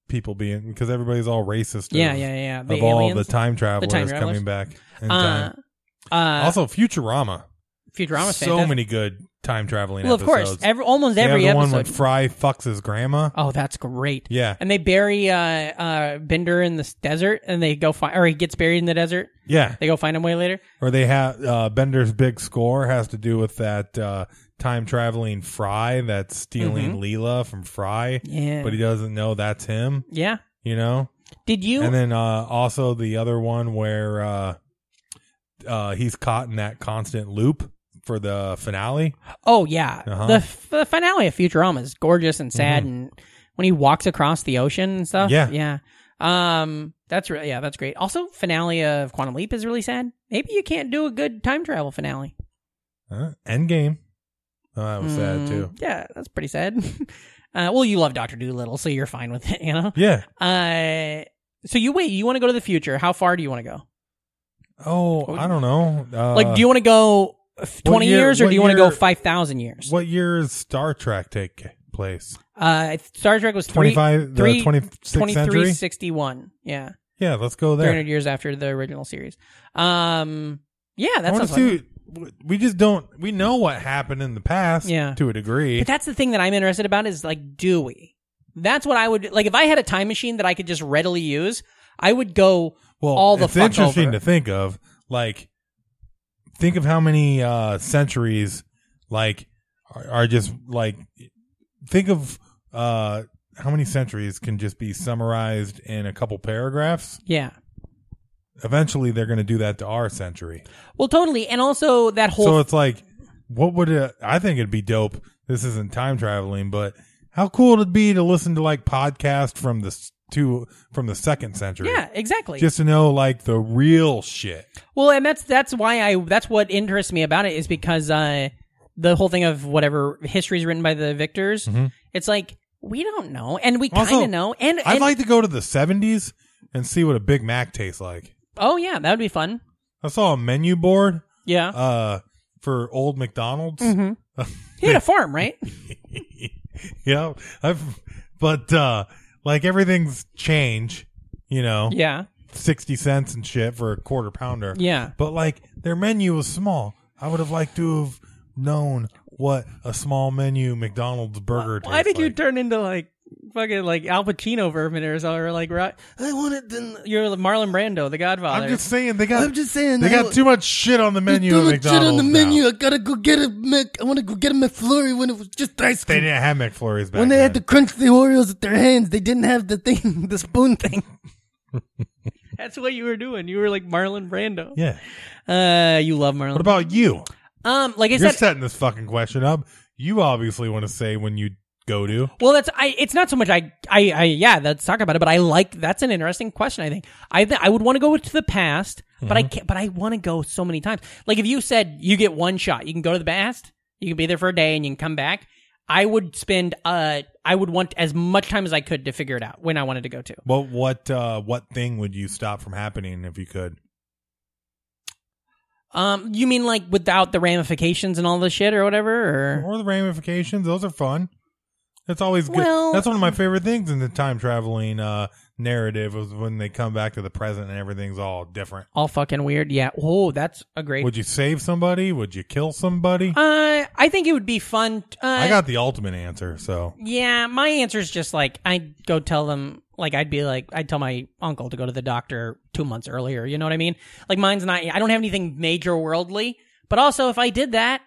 [SPEAKER 3] people being because everybody's all racist.
[SPEAKER 4] Yeah,
[SPEAKER 3] of-
[SPEAKER 4] yeah, yeah.
[SPEAKER 3] Of
[SPEAKER 4] The
[SPEAKER 3] all the
[SPEAKER 4] aliens.
[SPEAKER 3] time travelers,
[SPEAKER 4] travelers.
[SPEAKER 3] coming back in
[SPEAKER 4] uh,
[SPEAKER 3] time.
[SPEAKER 4] uh,
[SPEAKER 3] also, Futurama.
[SPEAKER 4] Futurama's
[SPEAKER 3] so
[SPEAKER 4] fantastic.
[SPEAKER 3] many good time traveling.
[SPEAKER 4] Well, of course,
[SPEAKER 3] episodes.
[SPEAKER 4] every, almost
[SPEAKER 3] They have
[SPEAKER 4] every
[SPEAKER 3] the
[SPEAKER 4] episode.
[SPEAKER 3] one when Fry fucks his grandma.
[SPEAKER 4] oh, that's great.
[SPEAKER 3] Yeah,
[SPEAKER 4] And they bury uh, uh, Bender in this desert, and they go find, or he gets buried in the desert.
[SPEAKER 3] yeah.
[SPEAKER 4] They go find him way later.
[SPEAKER 3] Or they have uh, Bender's big score has to do with that uh, time traveling Fry that's stealing Leela from Fry,
[SPEAKER 4] Mm-hmm. Yeah.
[SPEAKER 3] but he doesn't know that's him.
[SPEAKER 4] yeah.
[SPEAKER 3] You know.
[SPEAKER 4] Did you?
[SPEAKER 3] And then uh, also the other one where uh, uh, he's caught in that constant loop for the finale.
[SPEAKER 4] oh yeah.
[SPEAKER 3] Uh-huh. Mm-hmm.
[SPEAKER 4] The, f- the finale of Futurama is gorgeous and sad, and when he walks across the ocean and stuff.
[SPEAKER 3] Yeah.
[SPEAKER 4] Yeah. Um. That's really yeah. That's great. Also, finale of Quantum Leap is really sad. Maybe you can't do a good time travel finale.
[SPEAKER 3] Huh? Uh, Endgame. Oh, that was sad
[SPEAKER 4] Mm,
[SPEAKER 3] too.
[SPEAKER 4] Yeah, that's pretty sad. uh, well, you love Doctor Doolittle, so you're fine with it, you know.
[SPEAKER 3] Yeah.
[SPEAKER 4] Uh, so you wait. You want to go to the future? How far do you want to go?
[SPEAKER 3] Oh, I don't know. Uh,
[SPEAKER 4] Like, do you want to go f-
[SPEAKER 3] what
[SPEAKER 4] twenty
[SPEAKER 3] year-
[SPEAKER 4] years, or
[SPEAKER 3] what
[SPEAKER 4] do you want to go
[SPEAKER 3] year-
[SPEAKER 4] five thousand years?
[SPEAKER 3] what year is Star Trek take place?
[SPEAKER 4] Uh, Star Trek was twenty
[SPEAKER 3] 25 the 26th century?
[SPEAKER 4] sixty-one. Yeah,
[SPEAKER 3] Yeah, let's go
[SPEAKER 4] three
[SPEAKER 3] there.
[SPEAKER 4] hundred years after the original series. Um, yeah, that
[SPEAKER 3] I
[SPEAKER 4] sounds
[SPEAKER 3] want to
[SPEAKER 4] fun.
[SPEAKER 3] see. We just don't. We know what happened in the past.
[SPEAKER 4] Yeah.
[SPEAKER 3] to a degree.
[SPEAKER 4] But that's the thing that I'm interested about is like, do we? That's what I would like if I had a time machine that I could just readily use. I would go
[SPEAKER 3] well,
[SPEAKER 4] all the
[SPEAKER 3] it's
[SPEAKER 4] fuck
[SPEAKER 3] interesting
[SPEAKER 4] over.
[SPEAKER 3] to think of. Like, think of how many uh centuries like are, are just like. Think of uh how many centuries can just be summarized in a couple paragraphs.
[SPEAKER 4] yeah.
[SPEAKER 3] Eventually, they're going to do that to our century.
[SPEAKER 4] Well, totally, and also that whole
[SPEAKER 3] So it's like, what would it, I think it'd be dope? This isn't time traveling, but how cool would it be to listen to like podcast from the s- two from the second century?
[SPEAKER 4] yeah, exactly.
[SPEAKER 3] just to know like the real shit.
[SPEAKER 4] Well, and that's that's why I that's what interests me about it is because uh, the whole thing of whatever history is written by the victors. It's like we don't know, and we kind
[SPEAKER 3] Mm-hmm. Also,
[SPEAKER 4] of know, and,
[SPEAKER 3] I'd
[SPEAKER 4] and-
[SPEAKER 3] like to go to the seventies and see what a Big Mac tastes like.
[SPEAKER 4] oh yeah, that would be fun.
[SPEAKER 3] I saw a menu board
[SPEAKER 4] Yeah,
[SPEAKER 3] uh for old McDonald's.
[SPEAKER 5] Mm-hmm.
[SPEAKER 4] he had a farm, right?
[SPEAKER 3] yeah, I've but uh like everything's change, you know,
[SPEAKER 4] yeah,
[SPEAKER 3] sixty cents and shit for a quarter pounder.
[SPEAKER 4] yeah.
[SPEAKER 3] But like their menu was small. I would have liked to have known what a small menu McDonald's burger tastes
[SPEAKER 4] Why did you
[SPEAKER 3] like.
[SPEAKER 4] turn into like fucking like Al Pacino for a minute or so, or like Ro- I want it. Then you're Marlon Brando, The Godfather.
[SPEAKER 3] I'm just saying they got
[SPEAKER 5] I'm just saying.
[SPEAKER 3] they
[SPEAKER 5] I-
[SPEAKER 3] got too much shit on the menu
[SPEAKER 5] Too
[SPEAKER 3] at
[SPEAKER 5] much shit
[SPEAKER 3] McDonald's.
[SPEAKER 5] on the
[SPEAKER 3] now.
[SPEAKER 5] menu. I gotta go get a Mac. I want to go get a McFlurry when it was just ice
[SPEAKER 3] They
[SPEAKER 5] cream.
[SPEAKER 3] didn't have McFlurries back
[SPEAKER 5] when they
[SPEAKER 3] then.
[SPEAKER 5] had to crunch the Oreos with their hands, they didn't have the thing, the spoon thing.
[SPEAKER 4] That's what you were doing. You were like Marlon Brando.
[SPEAKER 3] yeah.
[SPEAKER 4] Uh, you love Marlon.
[SPEAKER 3] What about you?
[SPEAKER 4] um, like I
[SPEAKER 3] You're
[SPEAKER 4] said,
[SPEAKER 3] setting this fucking question up. You obviously want to say when you go to.
[SPEAKER 4] Well, that's I. It's not so much I. I. I yeah, let's talk about it. But I like that's an interesting question. I think I. Th- I would want to go to the past, but
[SPEAKER 3] Mm-hmm.
[SPEAKER 4] I can't. But I want to go so many times. Like if you said you get one shot, you can go to the past, you can be there for a day, and you can come back. I would spend. Uh, I would want as much time as I could to figure it out when I wanted to go to.
[SPEAKER 3] What what uh, what thing would you stop from happening if you could?
[SPEAKER 4] Um, you mean like without the ramifications and all the shit or whatever? Or
[SPEAKER 3] Or the ramifications? Those are fun. That's always good.
[SPEAKER 4] Well-
[SPEAKER 3] That's one of my favorite things in the time traveling uh, narrative was when they come back to the present and everything's all different.
[SPEAKER 4] all fucking weird. Yeah. Oh, that's a great.
[SPEAKER 3] Would you save somebody? Would you kill somebody?
[SPEAKER 4] uh, I think it would be fun. Uh,
[SPEAKER 3] I got the ultimate answer. So
[SPEAKER 4] Yeah, my answer is just like I'd go tell them like I'd be like I'd tell my uncle to go to the doctor two months earlier. You know what I mean? Like mine's not. I don't have anything major worldly, but also if I did that,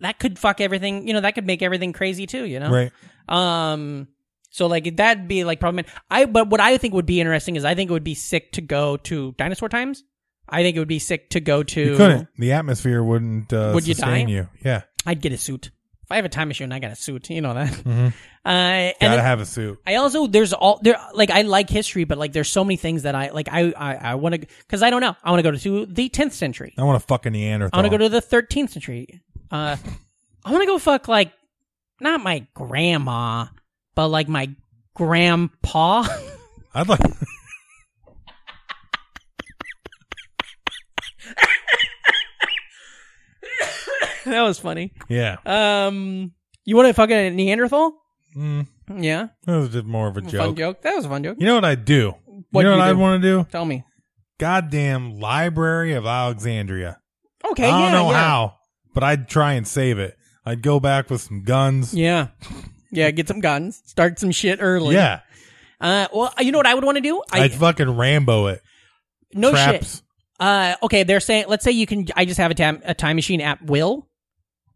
[SPEAKER 4] that could fuck everything. You know, that could make everything crazy too. You know?
[SPEAKER 3] right.
[SPEAKER 4] Um. So like that'd be like problem. I but what I think would be interesting is I think it would be sick to go to dinosaur times. I think it would be sick to go to.
[SPEAKER 3] You couldn't. The atmosphere wouldn't uh,
[SPEAKER 4] Would you
[SPEAKER 3] sustain
[SPEAKER 4] die?
[SPEAKER 3] you. Yeah.
[SPEAKER 4] I'd get a suit. If I have a time machine, I got a suit. You know that. Uh, and
[SPEAKER 3] Mm-hmm. Gotta
[SPEAKER 4] then-
[SPEAKER 3] have a suit.
[SPEAKER 4] I also there's all there like I like history, but like there's so many things that I like. I I, I want to because I don't know. I want to go to the 10th century.
[SPEAKER 3] I want to fuck a Neanderthal.
[SPEAKER 4] I want to go to the 13th century. Uh, I want to go fuck like not my grandma, but like my grandpa.
[SPEAKER 3] I'd like.
[SPEAKER 4] that was funny.
[SPEAKER 3] Yeah.
[SPEAKER 4] Um, you want to fucking a Neanderthal?
[SPEAKER 3] Mm,
[SPEAKER 4] Yeah,
[SPEAKER 3] that was just more of a
[SPEAKER 4] fun
[SPEAKER 3] joke.
[SPEAKER 4] joke. That was a fun joke.
[SPEAKER 3] You know what I'd do?
[SPEAKER 4] What
[SPEAKER 3] you know
[SPEAKER 4] you
[SPEAKER 3] what I'd
[SPEAKER 4] do?
[SPEAKER 3] want to do?
[SPEAKER 4] Tell me.
[SPEAKER 3] Goddamn Library of Alexandria.
[SPEAKER 4] Okay.
[SPEAKER 3] I
[SPEAKER 4] yeah,
[SPEAKER 3] don't know
[SPEAKER 4] yeah.
[SPEAKER 3] how, but I'd try and save it. I'd go back with some guns.
[SPEAKER 4] Yeah. Yeah, get some guns, start some shit early.
[SPEAKER 3] Yeah.
[SPEAKER 4] Uh, well, you know what I would want to do? I
[SPEAKER 3] I'd fucking Rambo it.
[SPEAKER 4] no shit.
[SPEAKER 3] Traps.
[SPEAKER 4] Uh, okay, they're saying, let's say you can. I just have a time a time machine at will.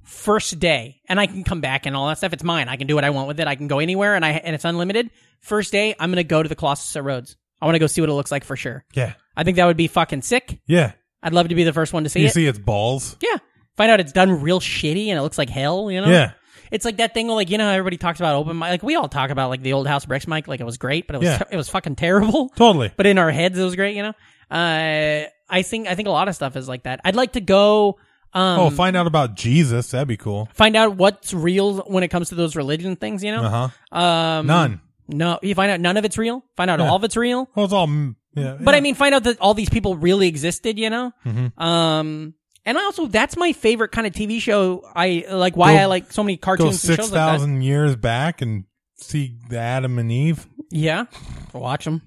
[SPEAKER 4] First day, and I can come back and all that stuff. It's mine. I can do what I want with it. I can go anywhere, and I and it's unlimited. First day, I'm gonna go to the Colossus of Rhodes. I want to go see what it looks like for sure.
[SPEAKER 3] Yeah.
[SPEAKER 4] I think that would be fucking sick.
[SPEAKER 3] Yeah.
[SPEAKER 4] I'd love to be the first one to see
[SPEAKER 3] You
[SPEAKER 4] it.
[SPEAKER 3] see its balls?
[SPEAKER 4] yeah, find out it's done real shitty and it looks like hell. You know?
[SPEAKER 3] Yeah.
[SPEAKER 4] It's like that thing, where, like you know, how everybody talks about open mic. Like we all talk about like the old House Brex mic, like it was great, but it was
[SPEAKER 3] Yeah.
[SPEAKER 4] it was fucking terrible.
[SPEAKER 3] Totally.
[SPEAKER 4] But in our heads, it was great, you know. Uh, I think I think a lot of stuff is like that. I'd like to go. Um,
[SPEAKER 3] oh, find out about Jesus. That'd be cool.
[SPEAKER 4] find out what's real when it comes to those religion things, you know.
[SPEAKER 3] Uh huh.
[SPEAKER 4] Um,
[SPEAKER 3] None.
[SPEAKER 4] No, you find out none of it's real. Find out all of it's real.
[SPEAKER 3] Well, it's all. mm,
[SPEAKER 4] But
[SPEAKER 3] Yeah, yeah. Mm-hmm.
[SPEAKER 4] I mean, find out that all these people really existed, you know. Um, and I also that's my favorite kind of TV show. I like why
[SPEAKER 3] Go-
[SPEAKER 4] I like so many
[SPEAKER 3] go
[SPEAKER 4] cartoons and
[SPEAKER 3] six
[SPEAKER 4] shows like that.
[SPEAKER 3] thousand years back and see the Adam and Eve.
[SPEAKER 4] Yeah, watch them.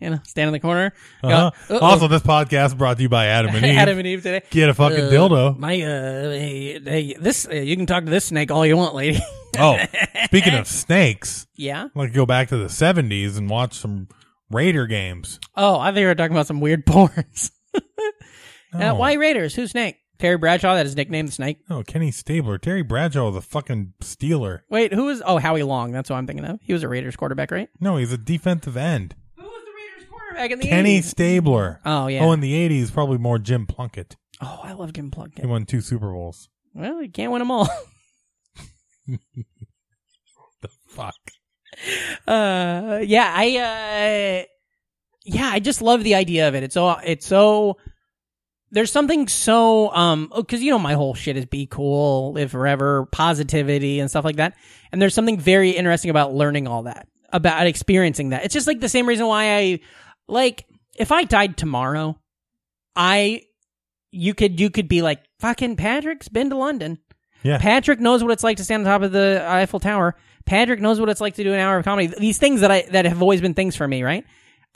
[SPEAKER 4] You know, stand in the corner. Go,
[SPEAKER 3] Uh-huh.
[SPEAKER 4] "Uh-oh,
[SPEAKER 3] Also, this podcast brought to you by Adam and Eve.
[SPEAKER 4] Adam and Eve today.
[SPEAKER 3] Get a fucking
[SPEAKER 4] Uh,
[SPEAKER 3] dildo.
[SPEAKER 4] My, uh, hey, hey, this uh, you can talk to this snake all you want, lady.
[SPEAKER 3] Oh, speaking of snakes,
[SPEAKER 4] yeah.
[SPEAKER 3] I'd like to go back to the seventies and watch some Raider games.
[SPEAKER 4] Oh, I think we were talking about some weird porns.
[SPEAKER 3] Oh.
[SPEAKER 4] uh,
[SPEAKER 3] No.
[SPEAKER 4] why Raiders? Who's Snake? Terry Bradshaw. That is nicknamed the Snake.
[SPEAKER 3] No, Oh, Kenny Stabler, Terry Bradshaw was a fucking Steeler.
[SPEAKER 4] Wait, who is? Oh, Howie Long. That's what I'm thinking of. He was a Raiders quarterback, right?
[SPEAKER 3] No, he's a defensive end.
[SPEAKER 4] Who was the Raiders quarterback in the
[SPEAKER 3] Kenny Stabler.
[SPEAKER 4] Oh, yeah.
[SPEAKER 3] Oh, in the eighties, probably more Jim Plunkett.
[SPEAKER 4] Oh, I love Jim Plunkett.
[SPEAKER 3] He won two Super Bowls.
[SPEAKER 4] Well, you can't win them all.
[SPEAKER 3] Fuck.
[SPEAKER 4] uh, yeah, I, uh, yeah, I just love the idea of it. It's so, it's so, there's something so, um, oh, cause you know, my whole shit is be cool, live forever, positivity and stuff like that. And there's something very interesting about learning all that, about experiencing that. It's just like the same reason why I, like, if I died tomorrow, I, you could, you could be like, fucking Patrick's been to London.
[SPEAKER 3] Yeah.
[SPEAKER 4] Patrick knows what it's like to stand on top of the Eiffel Tower. Patrick knows what it's like to do an hour of comedy. These things that I that have always been things for me, right?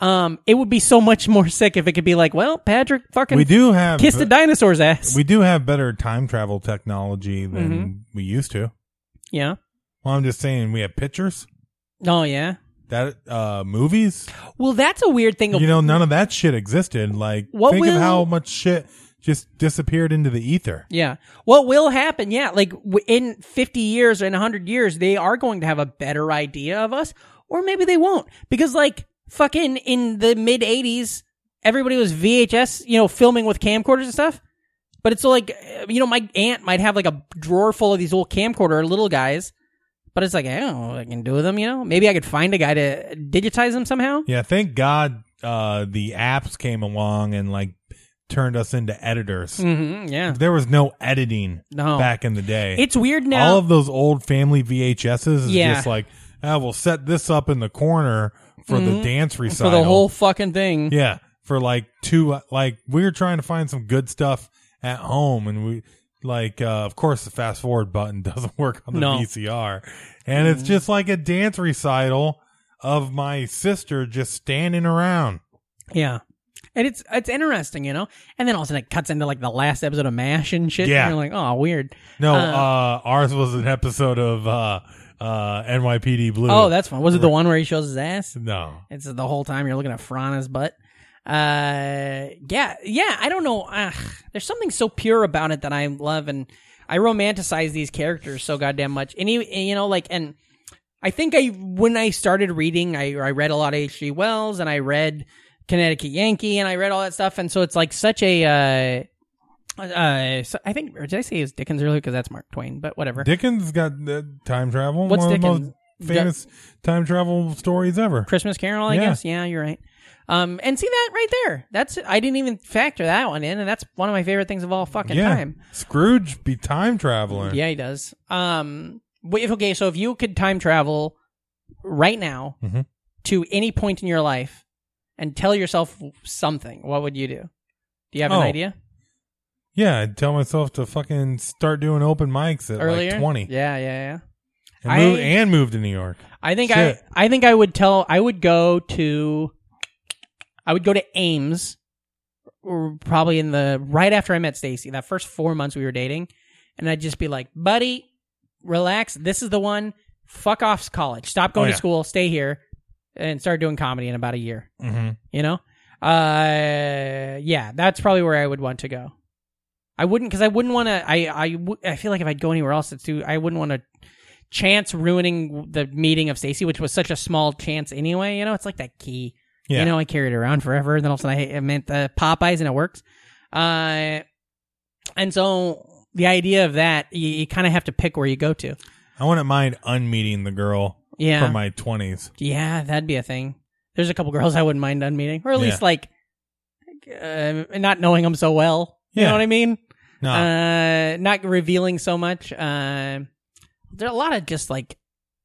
[SPEAKER 4] Um, it would be so much more sick if it could be like, well, Patrick fucking
[SPEAKER 3] we do have
[SPEAKER 4] kissed a dinosaur's ass.
[SPEAKER 3] we do have better time travel technology than
[SPEAKER 4] Mm-hmm.
[SPEAKER 3] we used to.
[SPEAKER 4] yeah.
[SPEAKER 3] Well, I'm just saying we have pictures
[SPEAKER 4] Oh yeah.
[SPEAKER 3] that uh movies.
[SPEAKER 4] Well, that's a weird thing. Of,
[SPEAKER 3] You know, none of that shit existed. Like,
[SPEAKER 4] What
[SPEAKER 3] think
[SPEAKER 4] will-
[SPEAKER 3] of how much shit just disappeared into the ether.
[SPEAKER 4] yeah. What will happen? Yeah. Like w- in fifty years or in hundred years, they are going to have a better idea of us, or maybe they won't, because like fucking in the mid eighties, everybody was VHS, you know, filming with camcorders and stuff. But it's like, uh, you know, my aunt might have like a drawer full of these old camcorder little guys, but it's like, I don't know what I can do with them, you know? Maybe I could find a guy to digitize them somehow.
[SPEAKER 3] Yeah, thank God uh the apps came along and like turned us into editors.
[SPEAKER 4] hmm yeah.
[SPEAKER 3] There was no editing
[SPEAKER 4] No.
[SPEAKER 3] back in the day.
[SPEAKER 4] It's weird now.
[SPEAKER 3] all of those old family VHSs is
[SPEAKER 4] Yeah.
[SPEAKER 3] just like, ah, we'll set this up in the corner for the dance
[SPEAKER 4] Mm-hmm. for
[SPEAKER 3] recital.
[SPEAKER 4] the whole fucking thing.
[SPEAKER 3] yeah, for like two, like we were trying to find some good stuff at home, and we like, uh, of course, the fast forward button doesn't work on the
[SPEAKER 4] No. Mm.
[SPEAKER 3] VCR, and it's just like a dance recital of my sister just standing around.
[SPEAKER 4] Yeah. And it's it's interesting, you know. And then all of a sudden it cuts into like the last episode of Mash and shit.
[SPEAKER 3] Yeah.
[SPEAKER 4] And you're like, oh, weird.
[SPEAKER 3] No, uh, ours was an episode of uh, uh, NYPD Blue.
[SPEAKER 4] Oh, that's fun. Was it the one where he shows his ass?
[SPEAKER 3] no.
[SPEAKER 4] It's the whole time you're looking at Frana's butt. Uh, yeah, yeah. I don't know. Ugh, there's something so pure about it that I love, and I romanticize these characters so goddamn much. And you, you know, like, and I think I when I started reading, I I read a lot of H.G. Wells, and I read Connecticut Yankee, and I read all that stuff, and so it's like such a. Uh, uh, so I think or did I say it was Dickens earlier because that's Mark Twain, but whatever.
[SPEAKER 3] Dickens got uh, time travel.
[SPEAKER 4] What's
[SPEAKER 3] one Of
[SPEAKER 4] Dickens?
[SPEAKER 3] the most famous time travel stories ever.
[SPEAKER 4] Christmas Carol, I
[SPEAKER 3] Yeah.
[SPEAKER 4] guess. Yeah, you're right. Um, and see that right there. That's I didn't even factor that one in, and that's one of my favorite things of all fucking
[SPEAKER 3] Yeah,
[SPEAKER 4] time.
[SPEAKER 3] Scrooge be time traveling.
[SPEAKER 4] Yeah, he does. Um, but if okay, so if you could time travel right now
[SPEAKER 3] Mhm.
[SPEAKER 4] to any point in your life and tell yourself something, what would you do? Do you have
[SPEAKER 3] Oh.
[SPEAKER 4] an idea?
[SPEAKER 3] Yeah, I'd tell myself to fucking start doing open mics at
[SPEAKER 4] earlier.
[SPEAKER 3] like 20
[SPEAKER 4] Yeah, yeah, yeah.
[SPEAKER 3] and, move,
[SPEAKER 4] I-
[SPEAKER 3] and move to New York.
[SPEAKER 4] I think
[SPEAKER 3] Shit.
[SPEAKER 4] I I think I would tell I would go to I would go to Ames or probably in the right after I met Stacy, that first 4 months we were dating, and I'd just be like, "Buddy, relax. This is the one. Fuck off college. Stop going
[SPEAKER 3] Oh,
[SPEAKER 4] to
[SPEAKER 3] yeah.
[SPEAKER 4] school. Stay here and start doing comedy in about a year."
[SPEAKER 3] Mm-hmm.
[SPEAKER 4] You know? Uh yeah, that's probably where I would want to go. I wouldn't cuz I wouldn't want to I I w- I feel like if I'd go anywhere else it's too I wouldn't want to chance ruining the meeting of Stacy, which was such a small chance anyway, you know? It's like that key.
[SPEAKER 3] Yeah.
[SPEAKER 4] You know, I carried it around forever and then all of a sudden I, I meant the Popeyes and it works. Uh and so the idea of that, you, you kind of have to pick where you go to.
[SPEAKER 3] I wouldn't mind unmeeting the girl
[SPEAKER 4] Yeah.
[SPEAKER 3] from my 20s.
[SPEAKER 4] Yeah, that'd be a thing. There's a couple girls I wouldn't mind unmeeting, or at
[SPEAKER 3] Yeah.
[SPEAKER 4] least like uh, not knowing them so well. You
[SPEAKER 3] Yeah.
[SPEAKER 4] know what I mean?
[SPEAKER 3] No.
[SPEAKER 4] Uh, not revealing so much. Uh, there are a lot of just like,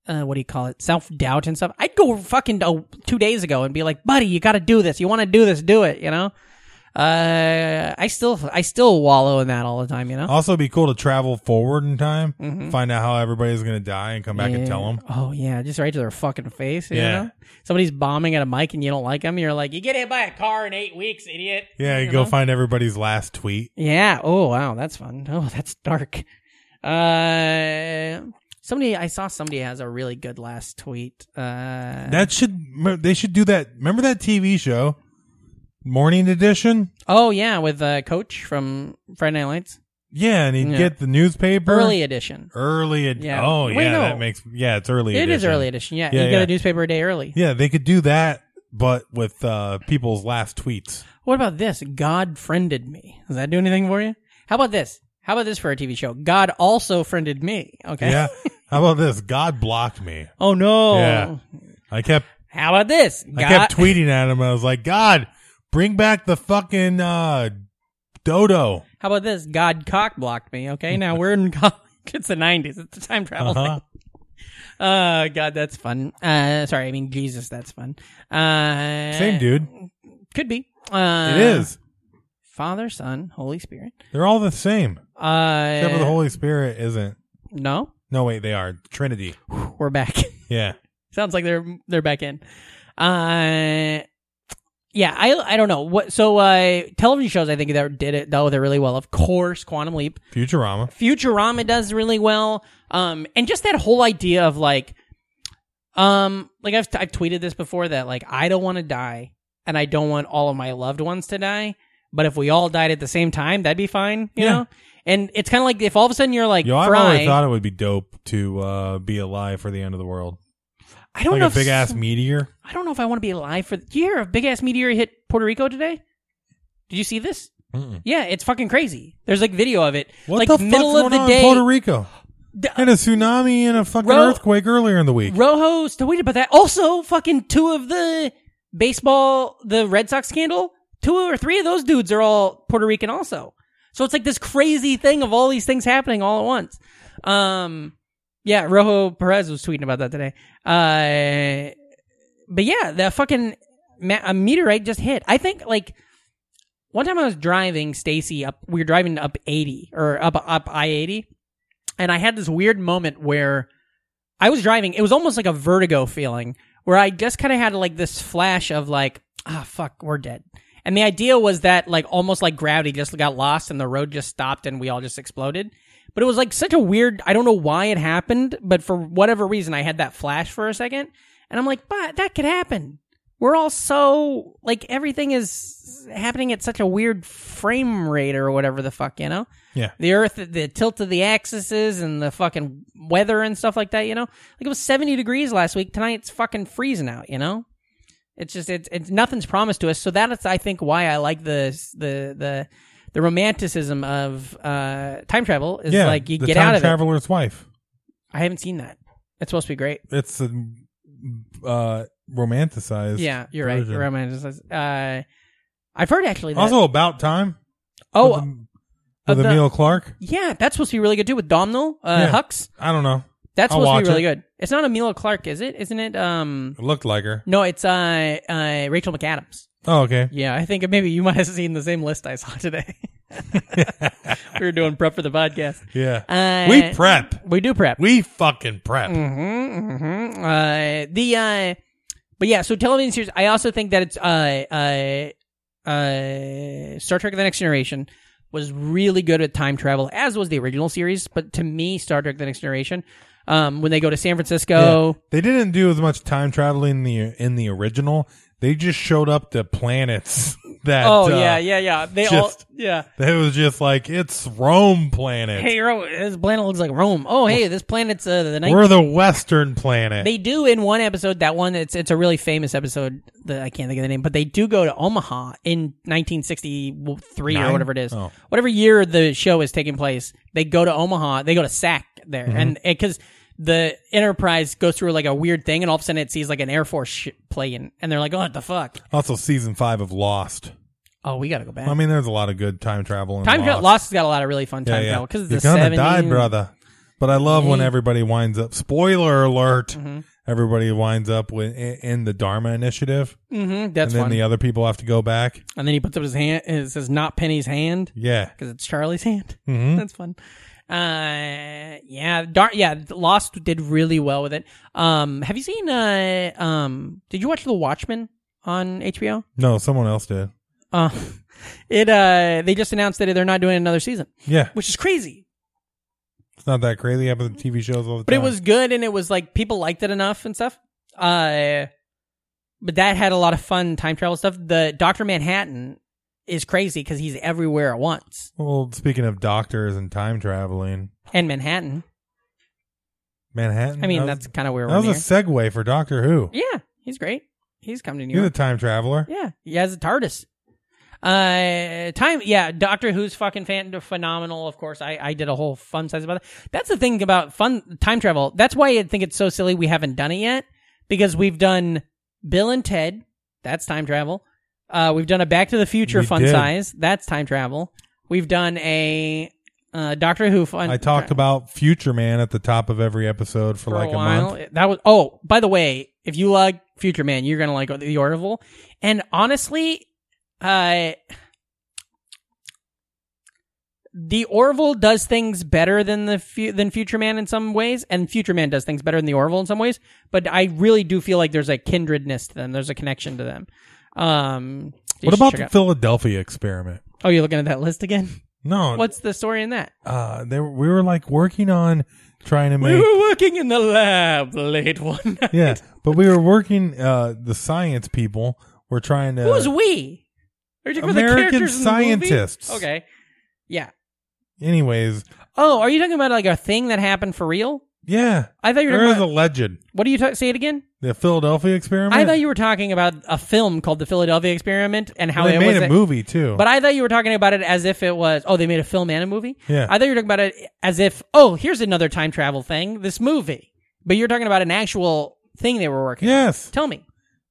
[SPEAKER 4] uh, what do you call it? Self doubt and stuff. I'd go fucking oh, two days ago and be like, buddy, you got to do this. You want to do this? Do it. You know. Uh, I still I still wallow in that all the time. You know.
[SPEAKER 3] also, be cool to travel forward in time,
[SPEAKER 4] Mhm.
[SPEAKER 3] find out how everybody's going to die, and come back and
[SPEAKER 4] Yeah.
[SPEAKER 3] tell them.
[SPEAKER 4] Oh yeah, just right to their fucking face. You
[SPEAKER 3] Yeah.
[SPEAKER 4] know? somebody's bombing at a mic and you don't like them. You're like, you get hit by a car in eight weeks, idiot.
[SPEAKER 3] Yeah, you, go find everybody's last tweet.
[SPEAKER 4] Yeah. Oh wow, that's fun. Oh, that's dark. Uh, somebody I saw somebody has a really good last tweet. Uh,
[SPEAKER 3] That should they should do that. Remember that TV show, Morning Edition?
[SPEAKER 4] oh yeah, with uh, Coach from Friday Night Lights,
[SPEAKER 3] Yeah, and he'd
[SPEAKER 4] Yeah.
[SPEAKER 3] get the newspaper
[SPEAKER 4] early edition.
[SPEAKER 3] Early, ed-
[SPEAKER 4] Yeah.
[SPEAKER 3] oh
[SPEAKER 4] Wait,
[SPEAKER 3] yeah,
[SPEAKER 4] no.
[SPEAKER 3] that makes yeah, it's early.
[SPEAKER 4] It is
[SPEAKER 3] edition.
[SPEAKER 4] early edition. Yeah,
[SPEAKER 3] Yeah,
[SPEAKER 4] you get
[SPEAKER 3] yeah.
[SPEAKER 4] a newspaper a day early.
[SPEAKER 3] Yeah, they could do that, but with uh, people's last tweets.
[SPEAKER 4] What about this? God friended me. Does that do anything for you? How about this? How about this for a TV show? God also friended me. Okay.
[SPEAKER 3] Yeah. How about this? God blocked me.
[SPEAKER 4] Oh no.
[SPEAKER 3] Yeah. I kept
[SPEAKER 4] How about this?
[SPEAKER 3] I kept tweeting at him. I was like, God, bring back the fucking uh, dodo.
[SPEAKER 4] How about this? God cock blocked me. Okay, now we're in college. It's the nineties. It's the time travel
[SPEAKER 3] Uh-huh.
[SPEAKER 4] thing. Oh God, that's fun. Uh, sorry, I mean Jesus, that's fun. Uh,
[SPEAKER 3] Same dude.
[SPEAKER 4] Could be. Uh,
[SPEAKER 3] it is.
[SPEAKER 4] Father, Son, Holy Spirit.
[SPEAKER 3] They're all the same.
[SPEAKER 4] Uh,
[SPEAKER 3] Except for the Holy Spirit isn't.
[SPEAKER 4] no,
[SPEAKER 3] No, wait, they are Trinity.
[SPEAKER 4] we're back.
[SPEAKER 3] Yeah.
[SPEAKER 4] Sounds like they're they're back in. Uh, yeah, I I don't know what. So uh, television shows I think that did it though they're really well. Of course, Quantum Leap.
[SPEAKER 3] Futurama.
[SPEAKER 4] Futurama does really well. Um, and just that whole idea of like, um, like I've, I've tweeted this before that like, I don't want to die and I don't want all of my loved ones to die. But if we all died at the same time, that'd be fine, you
[SPEAKER 3] Yeah.
[SPEAKER 4] know? And it's kind of like if all of a sudden you're like,
[SPEAKER 3] Yo, I've
[SPEAKER 4] Fry,
[SPEAKER 3] always thought it would be dope to uh, be alive for the end of the world.
[SPEAKER 4] I don't
[SPEAKER 3] Like
[SPEAKER 4] know
[SPEAKER 3] a
[SPEAKER 4] if
[SPEAKER 3] big ass meteor.
[SPEAKER 4] I don't know if I want to be alive for. Do you hear a big ass meteor hit Puerto Rico today? Did you see this?
[SPEAKER 3] Mm-mm.
[SPEAKER 4] Yeah, it's fucking crazy. There's like video of it.
[SPEAKER 3] What
[SPEAKER 4] like
[SPEAKER 3] the fuck's
[SPEAKER 4] middle
[SPEAKER 3] going
[SPEAKER 4] of the
[SPEAKER 3] on in
[SPEAKER 4] day.
[SPEAKER 3] Puerto Rico?
[SPEAKER 4] D-
[SPEAKER 3] And a tsunami and a fucking
[SPEAKER 4] Ro-
[SPEAKER 3] earthquake earlier in the week.
[SPEAKER 4] Rojo's tweeted about that. Also, fucking two of the baseball, the Red Sox scandal, two or three of those dudes are all Puerto Rican also. So it's like this crazy thing of all these things happening all at once. Um, yeah, Rojo Perez was tweeting about that today. Uh, but yeah, the fucking ma- a meteorite just hit. I think like one time I was driving Stacy up. We were driving up eighty or up up I eighty, and I had this weird moment where I was driving. It was almost like a vertigo feeling where I just kind of had like this flash of like, ah, fuck, we're dead. And the idea was that like almost like gravity just got lost and the road just stopped and we all just exploded. But it was like such a weird, I don't know why it happened, but for whatever reason, I had that flash for a second. And I'm like, but that could happen. We're all so, like, everything is happening at such a weird frame rate or whatever the fuck, you know?
[SPEAKER 3] Yeah.
[SPEAKER 4] the earth the tilt of the axes and the fucking weather and stuff like that you know like it was 70 degrees last week tonight it's fucking freezing out you know it's just it's, it's nothing's promised to us so that's i think why i like the the the the romanticism of uh time travel is
[SPEAKER 3] yeah.
[SPEAKER 4] like you
[SPEAKER 3] the
[SPEAKER 4] get
[SPEAKER 3] time
[SPEAKER 4] out of
[SPEAKER 3] traveler's wife.
[SPEAKER 4] it i haven't seen that it's supposed to be great
[SPEAKER 3] It's a uh, romanticized.
[SPEAKER 4] yeah you're right
[SPEAKER 3] version.
[SPEAKER 4] you're romanticized uh i've heard actually that
[SPEAKER 3] Also, about time.
[SPEAKER 4] oh
[SPEAKER 3] with,
[SPEAKER 4] uh,
[SPEAKER 3] em- with
[SPEAKER 4] the-
[SPEAKER 3] Emil Clark.
[SPEAKER 4] yeah that's supposed to be really good too with domino uh
[SPEAKER 3] Yeah.
[SPEAKER 4] hux
[SPEAKER 3] I don't know.
[SPEAKER 4] that's
[SPEAKER 3] I'll
[SPEAKER 4] supposed to be
[SPEAKER 3] watch
[SPEAKER 4] really
[SPEAKER 3] it.
[SPEAKER 4] good it's not Emilia clark is it isn't it um
[SPEAKER 3] It looked like her.
[SPEAKER 4] No, it's uh, uh, Rachel McAdams.
[SPEAKER 3] Oh, okay.
[SPEAKER 4] Yeah, I think maybe you might have seen the same list I saw today. we were doing prep for the podcast.
[SPEAKER 3] Yeah.
[SPEAKER 4] Uh, Mm.
[SPEAKER 3] we prep.
[SPEAKER 4] We do prep.
[SPEAKER 3] We fucking prep.
[SPEAKER 4] Mm-hmm. Uh, the uh, but yeah, so television series. I also think that it's uh, uh, uh, Star Trek: The Next Generation was really good at time travel, as was the original series. But to me, Star Trek: The Next Generation, um, when they go to San Francisco,
[SPEAKER 3] They didn't do as much time traveling in the in the original. They just showed up to planets that
[SPEAKER 4] oh
[SPEAKER 3] uh,
[SPEAKER 4] yeah, yeah, yeah, they all
[SPEAKER 3] just-
[SPEAKER 4] yeah.
[SPEAKER 3] That was just like it's Rome planet.
[SPEAKER 4] Hey, Ro- this planet looks like Rome. Oh, hey, this planet's uh, the 19th
[SPEAKER 3] We're the Western planet.
[SPEAKER 4] They do in one episode that one it's it's a really famous episode that I can't think of the name, but they do go to Omaha in 1963 or
[SPEAKER 3] Nine?
[SPEAKER 4] whatever it is,
[SPEAKER 3] Oh.
[SPEAKER 4] whatever year the show is taking place. They go to Omaha, they go to SAC there,
[SPEAKER 3] Mm-hmm.
[SPEAKER 4] and because the Enterprise goes through like a weird thing, and all of a sudden it sees like an Air Force sh- plane, and they're like, "Oh, what the fuck?
[SPEAKER 3] also, season five of Lost.
[SPEAKER 4] Oh, we gotta go back."
[SPEAKER 3] I mean, there's a lot of good time travel. In
[SPEAKER 4] time
[SPEAKER 3] Lost.
[SPEAKER 4] travel. Lost has got a lot of really fun time
[SPEAKER 3] Yeah, yeah.
[SPEAKER 4] travel because
[SPEAKER 3] You're
[SPEAKER 4] it's the
[SPEAKER 3] gonna
[SPEAKER 4] 70s.
[SPEAKER 3] die, brother. But I love when everybody winds up. Spoiler alert!
[SPEAKER 4] Mm-hmm.
[SPEAKER 3] Everybody winds up with, in, in the Dharma Initiative,
[SPEAKER 4] hmm that's
[SPEAKER 3] and then
[SPEAKER 4] fun.
[SPEAKER 3] the other people have to go back.
[SPEAKER 4] and then he puts up his hand. It says, "Not Penny's hand."
[SPEAKER 3] Yeah,
[SPEAKER 4] because it's Charlie's hand.
[SPEAKER 3] Mm-hmm.
[SPEAKER 4] That's fun. Uh, yeah, dar- yeah. Lost did really well with it. Um, have you seen? Uh, um, did you watch The Watchmen on HBO?
[SPEAKER 3] no, someone else did.
[SPEAKER 4] Uh, it. Uh, they just announced that they're not doing another season,
[SPEAKER 3] Yeah,
[SPEAKER 4] which is crazy.
[SPEAKER 3] it's not that crazy. Happens in TV shows all the
[SPEAKER 4] But
[SPEAKER 3] time.
[SPEAKER 4] it was good, and it was like people liked it enough and stuff. Uh, but that had a lot of fun time travel stuff. The Doctor Manhattan is crazy because he's everywhere at once,
[SPEAKER 3] Well, speaking of doctors and time traveling,
[SPEAKER 4] and Manhattan.
[SPEAKER 3] Manhattan.
[SPEAKER 4] I mean,
[SPEAKER 3] that was-
[SPEAKER 4] that's kind of where we're.
[SPEAKER 3] that was
[SPEAKER 4] near.
[SPEAKER 3] a segue for Doctor Who.
[SPEAKER 4] Yeah, he's great. He's come to New
[SPEAKER 3] You're the
[SPEAKER 4] York.
[SPEAKER 3] time traveler.
[SPEAKER 4] yeah, he has a TARDIS. Uh, time. Yeah, Doctor Who's fucking fan- phenomenal. Of course, I I did a whole fun size about that. That's the thing about fun time travel. That's why I think it's so silly we haven't done it yet because we've done Bill and Ted. That's time travel. Uh, we've done a Back to the Future
[SPEAKER 3] We
[SPEAKER 4] fun
[SPEAKER 3] did.
[SPEAKER 4] size. That's time travel. We've done a uh, Doctor Who fun.
[SPEAKER 3] I talked about Future Man at the top of every episode for, like a, month.
[SPEAKER 4] That was oh, by the way, if you like Future Man, you're gonna like the Orville. And honestly, uh the Orville does things better than the fu- than Future Man in some ways, and Future Man does things better than the Orville in some ways. But I really do feel like there's a kindredness to them. There's a connection to them. Um, you
[SPEAKER 3] What
[SPEAKER 4] should
[SPEAKER 3] about
[SPEAKER 4] check
[SPEAKER 3] the
[SPEAKER 4] out-
[SPEAKER 3] Philadelphia experiment?
[SPEAKER 4] oh, you're looking at that list again.
[SPEAKER 3] No,
[SPEAKER 4] What's the story in that?
[SPEAKER 3] uh, they were, we were like working on trying to
[SPEAKER 4] We
[SPEAKER 3] make
[SPEAKER 4] were working in the lab late one night.
[SPEAKER 3] yeah, but we were working. Uh, the science people were trying to.
[SPEAKER 4] Who's we? Are you talking about the
[SPEAKER 3] Uh, American
[SPEAKER 4] characters in the movie?
[SPEAKER 3] scientists.
[SPEAKER 4] okay. Yeah.
[SPEAKER 3] anyways,
[SPEAKER 4] Oh, are you talking about like a thing that happened for real?
[SPEAKER 3] yeah,
[SPEAKER 4] I thought you were
[SPEAKER 3] there
[SPEAKER 4] talking
[SPEAKER 3] is a
[SPEAKER 4] about.
[SPEAKER 3] legend.
[SPEAKER 4] what do you ta- say it again?
[SPEAKER 3] The Philadelphia experiment.
[SPEAKER 4] I thought you were talking about a film called The Philadelphia Experiment and how
[SPEAKER 3] Well, they
[SPEAKER 4] it
[SPEAKER 3] made
[SPEAKER 4] was
[SPEAKER 3] a movie too.
[SPEAKER 4] But I thought you were talking about it as if it was. Oh, they made a film and a movie.
[SPEAKER 3] Yeah.
[SPEAKER 4] I thought you were talking about it as if. Oh, here's another time travel thing. This movie. But you're talking about an actual thing they were working. on.
[SPEAKER 3] yes,
[SPEAKER 4] Tell me.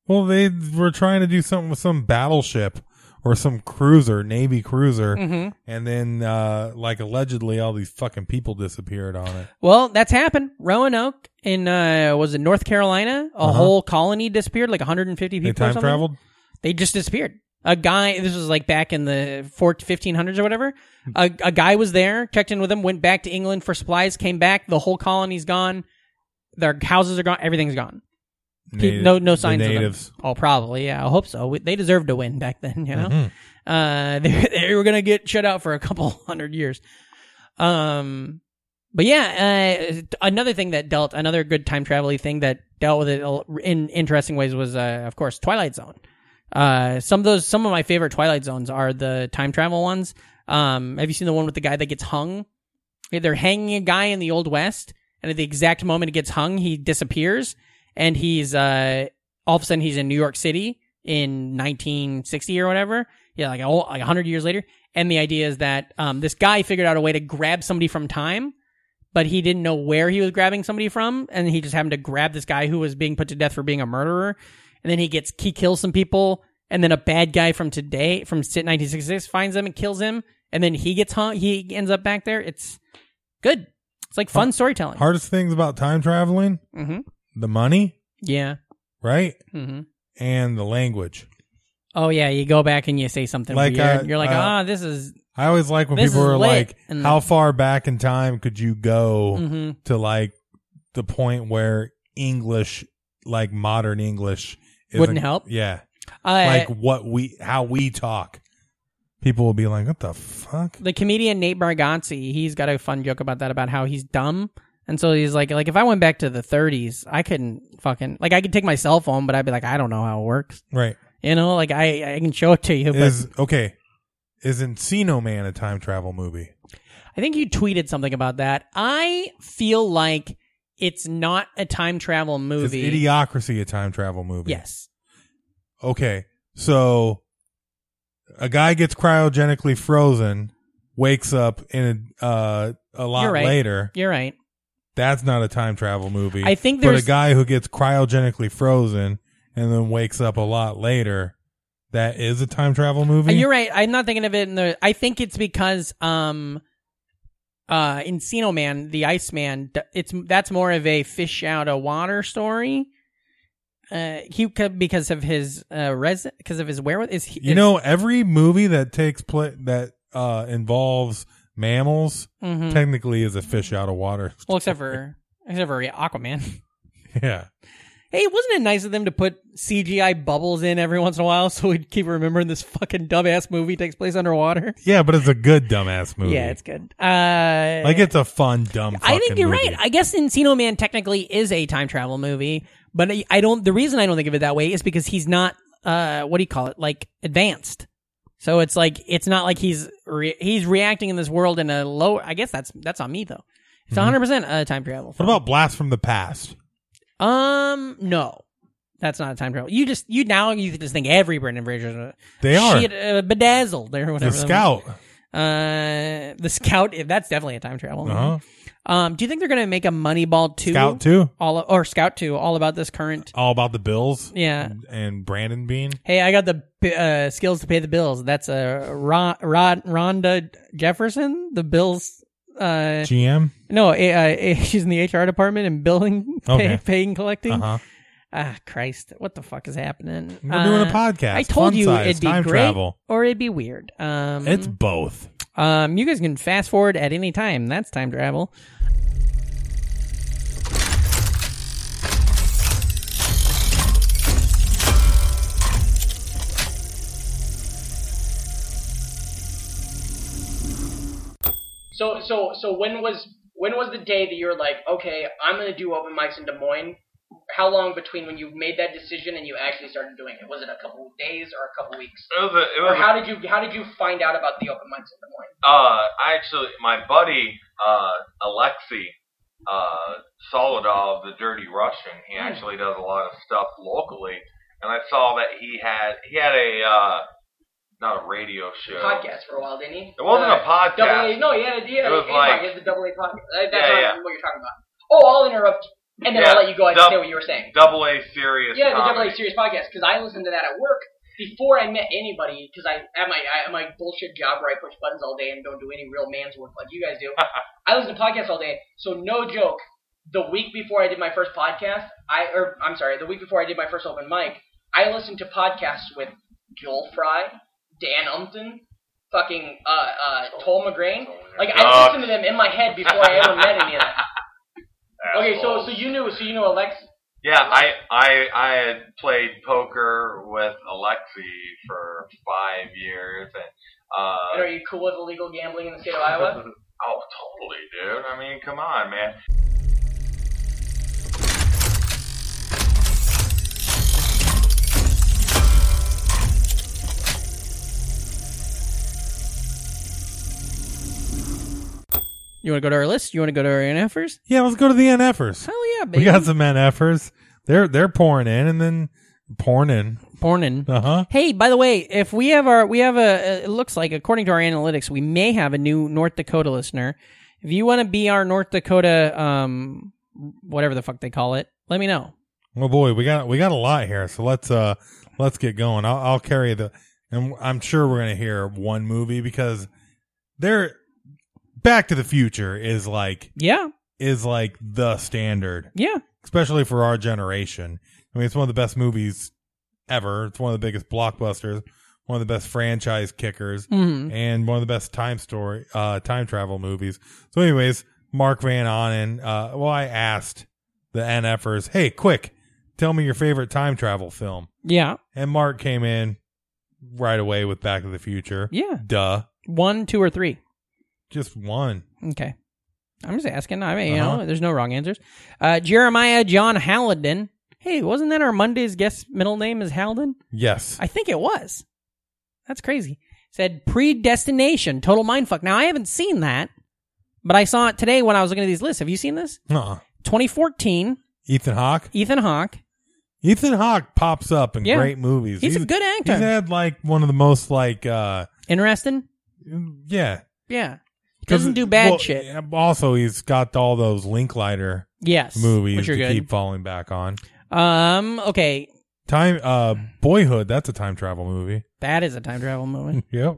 [SPEAKER 3] well, they were trying to do something with some battleship or some cruiser, Navy cruiser,
[SPEAKER 4] Mm-hmm.
[SPEAKER 3] and then uh, like allegedly all these fucking people disappeared on it.
[SPEAKER 4] Well, that's happened. Roanoke in uh was it North Carolina? A whole colony disappeared, like 150 people.
[SPEAKER 3] Uh-huh. They
[SPEAKER 4] or
[SPEAKER 3] time
[SPEAKER 4] something.
[SPEAKER 3] traveled.
[SPEAKER 4] They just disappeared. A guy. This was like back in the 4 1500s or whatever. A, a guy was there, checked in with them, went back to England for supplies, came back. The whole colony's gone. Their houses are gone. Everything's gone. Pe-
[SPEAKER 3] Nati-
[SPEAKER 4] no, no
[SPEAKER 3] the
[SPEAKER 4] signs
[SPEAKER 3] natives.
[SPEAKER 4] of them. Oh, probably. Yeah, I hope so. We, they deserved to win back then. You know,
[SPEAKER 3] Mm-hmm.
[SPEAKER 4] uh, they, they were gonna get shut out for a couple hundred years. Um, but yeah, uh, another thing that dealt another good time travel thing that dealt with it al- in interesting ways was, uh, of course, Twilight Zone. Uh, some of those, some of my favorite Twilight Zones are the time travel ones. Um, have you seen the one with the guy that gets hung? They're hanging a guy in the Old West, and at the exact moment he gets hung, he disappears, and he's uh, all of a sudden he's in New York City in 1960 or whatever. Yeah, like a whole- like 100 years later. And the idea is that um, this guy figured out a way to grab somebody from time, but he didn't know where he was grabbing somebody from, and he just happened to grab this guy who was being put to death for being a murderer, and then he gets he kills some people, and then a bad guy from today from 1966 finds him and kills him, and then he gets hung. He ends up back there. It's good. It's like fun storytelling.
[SPEAKER 3] Hardest things about time traveling:
[SPEAKER 4] Mm-hmm.
[SPEAKER 3] the money,
[SPEAKER 4] Yeah.
[SPEAKER 3] right,
[SPEAKER 4] Mm-hmm.
[SPEAKER 3] and the language.
[SPEAKER 4] Oh yeah, you go back and you say something
[SPEAKER 3] Like,
[SPEAKER 4] weird.
[SPEAKER 3] uh,
[SPEAKER 4] You're like,
[SPEAKER 3] uh,
[SPEAKER 4] ah, this is
[SPEAKER 3] I always like when
[SPEAKER 4] This
[SPEAKER 3] people
[SPEAKER 4] is
[SPEAKER 3] are
[SPEAKER 4] lit.
[SPEAKER 3] like,
[SPEAKER 4] And-
[SPEAKER 3] how far back in time could you go
[SPEAKER 4] Mhm.
[SPEAKER 3] to like the point where English, like modern English, isn't-
[SPEAKER 4] Wouldn't help?
[SPEAKER 3] Yeah.
[SPEAKER 4] I,
[SPEAKER 3] like what we, how we talk. People will be like, what the fuck?
[SPEAKER 4] the comedian Nate Bargatze, he's got a fun joke about that about how he's dumb. And so he's like, like if I went back to the 30s, I couldn't fucking like I could take my cell phone, but I'd be like, I don't know how it works.
[SPEAKER 3] Right.
[SPEAKER 4] You know, like I I can show it to you, but
[SPEAKER 3] Is, okay. Is Encino Man a time travel movie?
[SPEAKER 4] I think you tweeted something about that. I feel like it's not a time travel
[SPEAKER 3] Is
[SPEAKER 4] movie.
[SPEAKER 3] Idiocracy a time travel movie?
[SPEAKER 4] Yes.
[SPEAKER 3] okay, so a guy gets cryogenically frozen, wakes up in a, uh, a lot
[SPEAKER 4] You're right.
[SPEAKER 3] later.
[SPEAKER 4] You're right.
[SPEAKER 3] That's not a time travel movie.
[SPEAKER 4] I think
[SPEAKER 3] but a
[SPEAKER 4] there's-
[SPEAKER 3] guy who gets cryogenically frozen and then wakes up a lot later. That is a time travel movie.
[SPEAKER 4] Uh, You're right. I'm not thinking of it in the. I think it's because um, uh, Encino Man, the Iceman. d- It's that's more of a fish out of water story. Uh, he could because of his uh res because of his wherewith is he,
[SPEAKER 3] You know, every movie that takes place that uh, involves mammals
[SPEAKER 4] hmm
[SPEAKER 3] technically is a fish out of water.
[SPEAKER 4] well except for except for yeah, Aquaman.
[SPEAKER 3] yeah,
[SPEAKER 4] Hey, wasn't it nice of them to put CGI bubbles in every once in a while so we'd keep remembering this fucking dumbass movie takes place underwater?
[SPEAKER 3] yeah, but it's a good dumbass movie.
[SPEAKER 4] Yeah, it's good. Uh,
[SPEAKER 3] like it's a fun dumb.
[SPEAKER 4] I think
[SPEAKER 3] fucking
[SPEAKER 4] you're
[SPEAKER 3] movie.
[SPEAKER 4] right. I guess Encino Man technically is a time travel movie, but I- I don't. The reason I don't think of it that way is because he's not. Uh, what do you call it? Like advanced. So it's like it's not like he's re- he's reacting in this world in a lower. I guess that's that's on me though. It's 100 percent a time travel.
[SPEAKER 3] Mm-hmm. What about Blast from the Past?
[SPEAKER 4] Um, no, that's not a time travel. You just you now you just think every Brendan Fraser.
[SPEAKER 3] They are.
[SPEAKER 4] shit, uh, bedazzled or
[SPEAKER 3] The
[SPEAKER 4] whatever.
[SPEAKER 3] Scout.
[SPEAKER 4] Mm-hmm. Uh, the scout. That's definitely a time travel.
[SPEAKER 3] Uh-huh.
[SPEAKER 4] Um, do you think they're gonna make a Moneyball two?
[SPEAKER 3] Scout too.
[SPEAKER 4] all or Scout Two, all about this current.
[SPEAKER 3] All about the Bills.
[SPEAKER 4] Yeah.
[SPEAKER 3] And Brandon Bean.
[SPEAKER 4] Hey, I got the uh, skills to pay the bills. That's a Ron, Ron, Rhonda Jefferson, the bills. Uh,
[SPEAKER 3] GM.
[SPEAKER 4] no, eh, uh, eh, she's in the HR department and billing, pay,
[SPEAKER 3] Okay.
[SPEAKER 4] paying, collecting.
[SPEAKER 3] Uh-huh.
[SPEAKER 4] Ah, Christ, what the fuck is happening?
[SPEAKER 3] We're doing a
[SPEAKER 4] Uh,
[SPEAKER 3] podcast.
[SPEAKER 4] I told
[SPEAKER 3] Fun
[SPEAKER 4] you
[SPEAKER 3] size,
[SPEAKER 4] it'd be
[SPEAKER 3] time
[SPEAKER 4] great
[SPEAKER 3] travel.
[SPEAKER 4] or it'd be weird. Um,
[SPEAKER 3] It's both.
[SPEAKER 4] um, you guys can fast forward at any time. That's time travel.
[SPEAKER 6] So so so when was when was the day that you were like, okay, I'm gonna do open mics in Des Moines? How long between when you made that decision and you actually started doing it? Was it a couple of days or a couple of weeks?
[SPEAKER 7] It was a, it
[SPEAKER 6] Or
[SPEAKER 7] was a,
[SPEAKER 6] how did you how did you find out about the open mics in Des Moines?
[SPEAKER 7] uh, I actually, my buddy, uh, Alexei, uh, Solodov, the Dirty Russian, he
[SPEAKER 6] Hmm.
[SPEAKER 7] actually does a lot of stuff locally, and I saw that he had, he had a, uh, not a radio show.
[SPEAKER 6] Podcast for a while, didn't he?
[SPEAKER 7] It wasn't
[SPEAKER 6] The
[SPEAKER 7] a podcast.
[SPEAKER 6] Double A, no, yeah, yeah,
[SPEAKER 7] It was
[SPEAKER 6] yeah,
[SPEAKER 7] like-
[SPEAKER 6] yeah, the double A podcast. Uh, That's
[SPEAKER 7] Yeah,
[SPEAKER 6] not
[SPEAKER 7] yeah.
[SPEAKER 6] what you're talking about. Oh, I'll interrupt and then
[SPEAKER 7] Yeah,
[SPEAKER 6] I'll let you go ahead
[SPEAKER 7] dub-
[SPEAKER 6] and say what you were saying.
[SPEAKER 7] Double A serious
[SPEAKER 6] Yeah, the Double
[SPEAKER 7] comedy.
[SPEAKER 6] A Series podcast because I listened to that at work before I met anybody because I at my I, at my bullshit job where I push buttons all day and don't do any real man's work like you guys do. I listen to podcasts all day, so no joke. The week before I did my first podcast, I or I'm sorry, the week before I did my first open mic, I listened to podcasts with Joel Fry, Dan Umpton, fucking uh uh Toll McGrain. Like I
[SPEAKER 7] Yuck.
[SPEAKER 6] listened to them in my head before I ever met any of them. Okay, so
[SPEAKER 7] Assholes.
[SPEAKER 6] so you knew so you knew Alex
[SPEAKER 7] Yeah, I I I had played poker with Alexi for five years, and
[SPEAKER 6] and
[SPEAKER 7] uh,
[SPEAKER 6] are you cool with illegal gambling in the state of Iowa?
[SPEAKER 7] oh, totally, dude. I mean, come on, man.
[SPEAKER 4] You want to go to our list? You want to go to our NFers?
[SPEAKER 3] Yeah, let's go to the NFers.
[SPEAKER 4] Hell yeah, baby.
[SPEAKER 3] We got some NFers. They're they're pouring in and then pouring in.
[SPEAKER 4] Pornin.
[SPEAKER 3] Uh huh.
[SPEAKER 4] Hey, by the way, if we have our, we have a, it looks like according to our analytics, we may have a new North Dakota listener. If you want to be our North Dakota, um, whatever the fuck they call it, let me know.
[SPEAKER 3] Well, Oh, boy, we got we got a lot here, so let's uh let's get going. I'll, I'll carry the, and I'm sure we're gonna hear one movie because they're Back to the Future is like
[SPEAKER 4] Yeah.
[SPEAKER 3] is like the standard,
[SPEAKER 4] Yeah.
[SPEAKER 3] especially for our generation. I mean, it's one of the best movies ever. It's one of the biggest blockbusters, one of the best franchise kickers,
[SPEAKER 4] Mhm.
[SPEAKER 3] and one of the best time story, uh, time travel movies. So, anyways, Mark Van Onen. Uh, well, I asked the NFers, "Hey, quick, tell me your favorite time travel film."
[SPEAKER 4] Yeah.
[SPEAKER 3] And Mark came in right away with Back to the Future.
[SPEAKER 4] Yeah.
[SPEAKER 3] Duh,
[SPEAKER 4] One, two, or three.
[SPEAKER 3] just one.
[SPEAKER 4] Okay. I'm just asking. I mean, you
[SPEAKER 3] Uh-huh.
[SPEAKER 4] know, there's no wrong answers. Uh, Jeremiah John Halliden. Hey, wasn't that our Monday's guest middle name is Halliden?
[SPEAKER 3] Yes,
[SPEAKER 4] I think it was. That's crazy. Said predestination, total mindfuck. Now I haven't seen that, but I saw it today when I was looking at these lists. Have you seen this?
[SPEAKER 3] uh-uh.
[SPEAKER 4] 2014,
[SPEAKER 3] Ethan Hawke.
[SPEAKER 4] Ethan Hawke.
[SPEAKER 3] Ethan Hawke pops up in
[SPEAKER 4] Yeah.
[SPEAKER 3] great movies.
[SPEAKER 4] He's, a good
[SPEAKER 3] He's
[SPEAKER 4] actor.
[SPEAKER 3] had like one of the most like uh
[SPEAKER 4] Interesting.
[SPEAKER 3] yeah.
[SPEAKER 4] Yeah. Doesn't do bad
[SPEAKER 3] well,
[SPEAKER 4] shit.
[SPEAKER 3] yeah, Also, he's got all those Linklater
[SPEAKER 4] Yes.
[SPEAKER 3] movies
[SPEAKER 4] which are
[SPEAKER 3] to
[SPEAKER 4] good.
[SPEAKER 3] keep falling back on.
[SPEAKER 4] Um. Okay,
[SPEAKER 3] Time uh Boyhood, that's a time travel movie.
[SPEAKER 4] that is a time travel movie.
[SPEAKER 3] Yep.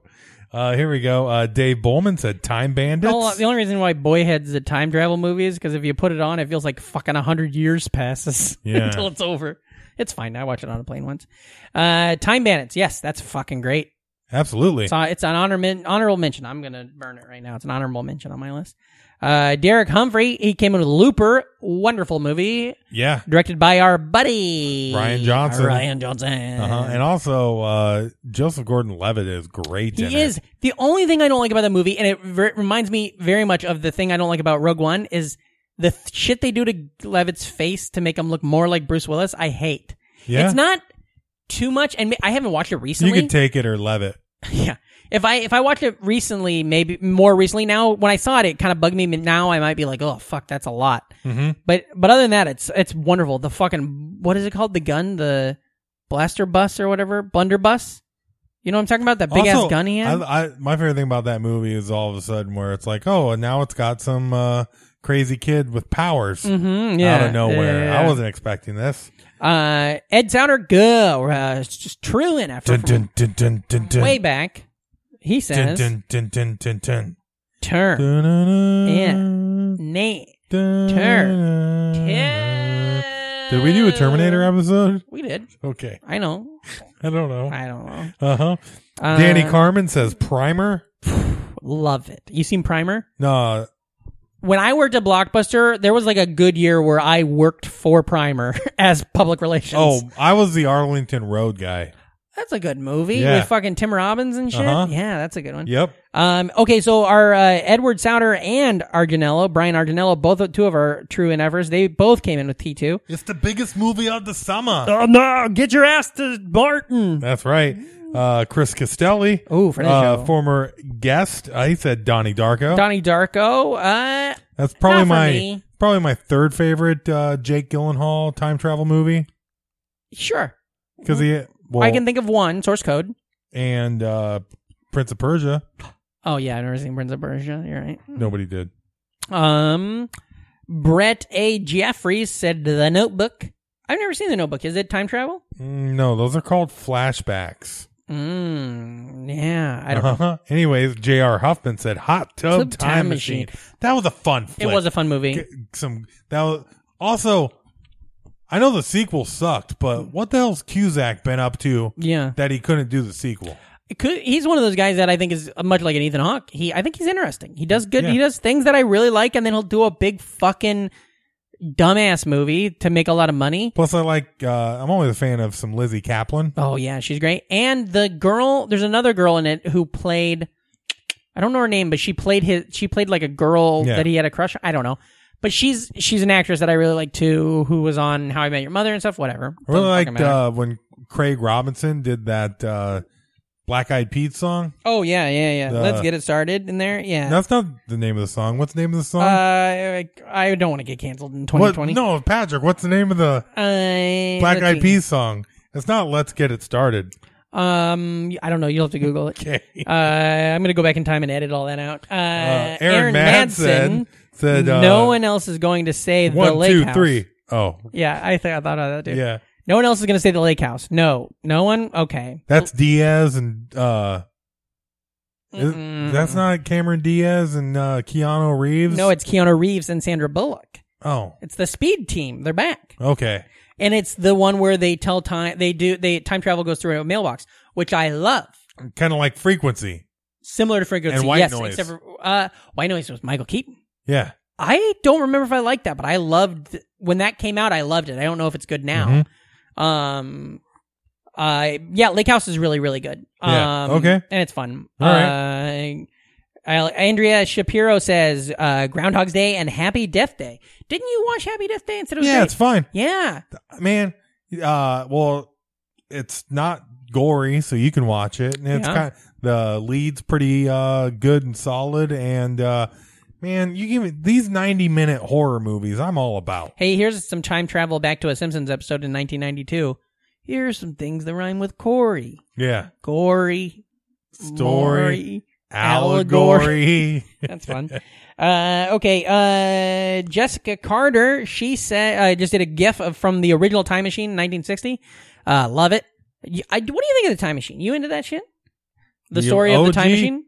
[SPEAKER 3] Uh here we go. Uh Dave Bowman said Time Bandits.
[SPEAKER 4] Well, the only reason why Boyhead's a time travel movie is because if you put it on, it feels like fucking hundred years passes
[SPEAKER 3] Yeah.
[SPEAKER 4] until it's over. It's fine. I watched it on a plane once. Uh, time Bandits. Yes, that's fucking great.
[SPEAKER 3] Absolutely.
[SPEAKER 4] It's, on, it's an honor men- honorable mention. I'm gonna burn it right now. It's an honorable mention on my list. Uh, Derek Humphrey. He came in with Looper. Wonderful movie
[SPEAKER 3] Yeah.
[SPEAKER 4] directed by our buddy
[SPEAKER 3] Ryan Johnson.
[SPEAKER 4] Ryan Johnson.
[SPEAKER 3] Uh-huh. And also uh Joseph Gordon-Levitt is great in
[SPEAKER 4] He
[SPEAKER 3] it.
[SPEAKER 4] is the only thing I don't like about that movie, and it ver- reminds me very much of the thing I don't like about Rogue One is the th- shit they do to Levitt's face to make him look more like Bruce Willis. I hate.
[SPEAKER 3] Yeah.
[SPEAKER 4] It's not too much, and ma- I haven't watched it
[SPEAKER 3] you
[SPEAKER 4] recently.
[SPEAKER 3] could take it or Levitt.
[SPEAKER 4] yeah, if I if I watched it recently, maybe more recently now. When I saw it, it kind of bugged me. but Now I might be like, oh fuck, that's a lot.
[SPEAKER 3] Mhm.
[SPEAKER 4] But but other than that, it's it's wonderful. The fucking what is it called? The gun, the blaster bus or whatever, blunderbuss. You know what I'm talking about? That big
[SPEAKER 3] Also,
[SPEAKER 4] ass gun he had.
[SPEAKER 3] I, I, my favorite thing about that movie is all of a sudden where it's like, oh, and now it's got some uh, crazy kid with powers
[SPEAKER 4] Mm-hmm, yeah.
[SPEAKER 3] out of nowhere.
[SPEAKER 4] Yeah, yeah,
[SPEAKER 3] I
[SPEAKER 4] yeah.
[SPEAKER 3] wasn't expecting this.
[SPEAKER 4] Uh, Ed Souter, go. Uh, it's just truant after
[SPEAKER 3] Dun, dun, dun, dun, dun, dun.
[SPEAKER 4] way back. He
[SPEAKER 3] Dun,
[SPEAKER 4] says,
[SPEAKER 3] dun, dun, dun, dun, dun.
[SPEAKER 4] turn,
[SPEAKER 3] Dun, dun, dun,
[SPEAKER 4] Yeah.
[SPEAKER 3] dun,
[SPEAKER 4] Nate.
[SPEAKER 3] dun,
[SPEAKER 4] Turn.
[SPEAKER 3] dun. Did we do a Terminator episode?
[SPEAKER 4] We did.
[SPEAKER 3] Okay.
[SPEAKER 4] I know.
[SPEAKER 3] I don't know.
[SPEAKER 4] I don't know.
[SPEAKER 3] Uh-huh.
[SPEAKER 4] Uh,
[SPEAKER 3] Danny Carmen says Primer.
[SPEAKER 4] Love it. You seen Primer?
[SPEAKER 3] No,
[SPEAKER 4] When I worked at Blockbuster, there was like a good year where I worked for Primer as public relations.
[SPEAKER 3] oh, I was the Arlington Road guy.
[SPEAKER 4] that's a good movie
[SPEAKER 3] Yeah.
[SPEAKER 4] with fucking Tim Robbins and shit.
[SPEAKER 3] Uh-huh.
[SPEAKER 4] Yeah, that's a good one.
[SPEAKER 3] Yep.
[SPEAKER 4] Um, okay, so our uh, Edward Souter and Arginello, Brian Arginello, both of- two of our true endeavors, they both came in with T two.
[SPEAKER 3] It's the biggest movie of the summer.
[SPEAKER 4] Oh no! Get your ass to Barton.
[SPEAKER 3] That's right. Uh, Chris Castelli.
[SPEAKER 4] Ooh, for that
[SPEAKER 3] uh,
[SPEAKER 4] show.
[SPEAKER 3] Former guest. I said Donnie Darko.
[SPEAKER 4] Donnie Darko. Uh,
[SPEAKER 3] That's probably
[SPEAKER 4] Not for
[SPEAKER 3] my
[SPEAKER 4] me.
[SPEAKER 3] probably my third favorite uh, Jake Gyllenhaal time travel movie
[SPEAKER 4] sure.
[SPEAKER 3] because he well,
[SPEAKER 4] I can think of one source code.
[SPEAKER 3] and uh, Prince of Persia.
[SPEAKER 4] Oh yeah, I've never seen Prince of Persia. You're right.
[SPEAKER 3] Nobody did.
[SPEAKER 4] Um, Brett A. Jeffries said The Notebook. I've never seen The Notebook. Is it time travel?
[SPEAKER 3] Mm, No, those are called flashbacks.
[SPEAKER 4] Mm, yeah, I don't. know.
[SPEAKER 3] Uh-huh. Anyways, J.R. Huffman said "Hot Tub
[SPEAKER 4] Tub
[SPEAKER 3] Uh-huh. Time,
[SPEAKER 4] Time
[SPEAKER 3] machine.
[SPEAKER 4] Machine.
[SPEAKER 3] That was a fun.
[SPEAKER 4] It
[SPEAKER 3] Flick.
[SPEAKER 4] was a fun movie.
[SPEAKER 3] Get some that was also I know the sequel sucked, but what the hell's Cusack been up to
[SPEAKER 4] yeah.
[SPEAKER 3] that he couldn't do the sequel?
[SPEAKER 4] It could, he's one of those guys that I think is much like an Ethan Hawke. He, I think he's interesting. He does good.
[SPEAKER 3] Yeah.
[SPEAKER 4] He does things that I really like, and then he'll do a big fucking dumbass movie to make a lot of money.
[SPEAKER 3] Plus I like uh I'm always a fan of some Lizzie Kaplan.
[SPEAKER 4] Oh yeah, she's great. And the girl, there's another girl in it who played, I don't know her name, but she played his, she played like a girl
[SPEAKER 3] Yeah.
[SPEAKER 4] that he had a crush. on. I don't know, but she's she's an actress that I really like too, who was on How I Met Your Mother and stuff. Whatever.
[SPEAKER 3] I really
[SPEAKER 4] Doesn't fucking
[SPEAKER 3] liked
[SPEAKER 4] matter.
[SPEAKER 3] uh when Craig Robinson did that uh Black Eyed Peas song.
[SPEAKER 4] oh yeah, yeah, yeah.
[SPEAKER 3] the-
[SPEAKER 4] Let's get it started in there. Yeah.
[SPEAKER 3] That's not the name of the song. What's the name of the song?
[SPEAKER 4] uh, I I don't want to get canceled in
[SPEAKER 3] What-
[SPEAKER 4] 2020.
[SPEAKER 3] no, Patrick, what's the name of the
[SPEAKER 4] Uh,
[SPEAKER 3] Black
[SPEAKER 4] let's
[SPEAKER 3] Eyed
[SPEAKER 4] see.
[SPEAKER 3] Peas song? It's not Let's Get It Started.
[SPEAKER 4] Um, I don't know. You'll have to Google it.
[SPEAKER 3] Okay.
[SPEAKER 4] Uh, I'm gonna go back in time and edit all that out. Uh,
[SPEAKER 3] Uh, Aaron, Madsen, said uh,
[SPEAKER 4] no one else is going to say the
[SPEAKER 3] one,
[SPEAKER 4] lake
[SPEAKER 3] two,
[SPEAKER 4] house.
[SPEAKER 3] three. Oh,
[SPEAKER 4] Yeah, I think I thought of that too.
[SPEAKER 3] yeah.
[SPEAKER 4] No one else is gonna say the lake house. No, no one. Okay.
[SPEAKER 3] That's Diaz and uh is-
[SPEAKER 4] Mm-mm.
[SPEAKER 3] that's not Cameron Diaz and uh Keanu Reeves.
[SPEAKER 4] No, it's Keanu Reeves and Sandra Bullock.
[SPEAKER 3] Oh,
[SPEAKER 4] It's the speed team. They're back.
[SPEAKER 3] okay.
[SPEAKER 4] And it's the one where they tell time they do they time travel goes through a mailbox, which I love.
[SPEAKER 3] Kind of like frequency.
[SPEAKER 4] Similar to frequency.
[SPEAKER 3] And White
[SPEAKER 4] yes,
[SPEAKER 3] Noise.
[SPEAKER 4] except for uh White Noise was Michael Keaton.
[SPEAKER 3] Yeah.
[SPEAKER 4] I don't remember if I liked that, but I loved when that came out. I loved it. I don't know if it's good now.
[SPEAKER 3] Mm-hmm.
[SPEAKER 4] Um, I yeah, Lake House is really really good.
[SPEAKER 3] Yeah,
[SPEAKER 4] Um,
[SPEAKER 3] okay.
[SPEAKER 4] and it's fun.
[SPEAKER 3] All
[SPEAKER 4] Uh, I- Andrea Shapiro says uh, Groundhog's Day and Happy Death Day. Didn't you watch Happy Death Day instead of
[SPEAKER 3] Yeah, it's fine.
[SPEAKER 4] yeah.
[SPEAKER 3] Man, uh well, it's not gory so you can watch it and it's
[SPEAKER 4] Yeah.
[SPEAKER 3] kind the lead's pretty uh good and solid and uh man, you give me these 90 minute horror movies I'm all about.
[SPEAKER 4] Hey, here's some time travel back to a Simpsons episode in 1992. Here's some things that rhyme with Corey.
[SPEAKER 3] Yeah.
[SPEAKER 4] Gory.
[SPEAKER 3] Story,
[SPEAKER 4] Maury.
[SPEAKER 3] allegory.
[SPEAKER 4] That's fun. Uh, okay, uh, Jessica Carter. She said, uh, just did a GIF of, from the original Time Machine, 1960. Uh, love it. You- I, what do you think of the Time Machine? You into that shit? The,
[SPEAKER 3] The
[SPEAKER 4] story of the Time
[SPEAKER 3] OG?
[SPEAKER 4] Machine.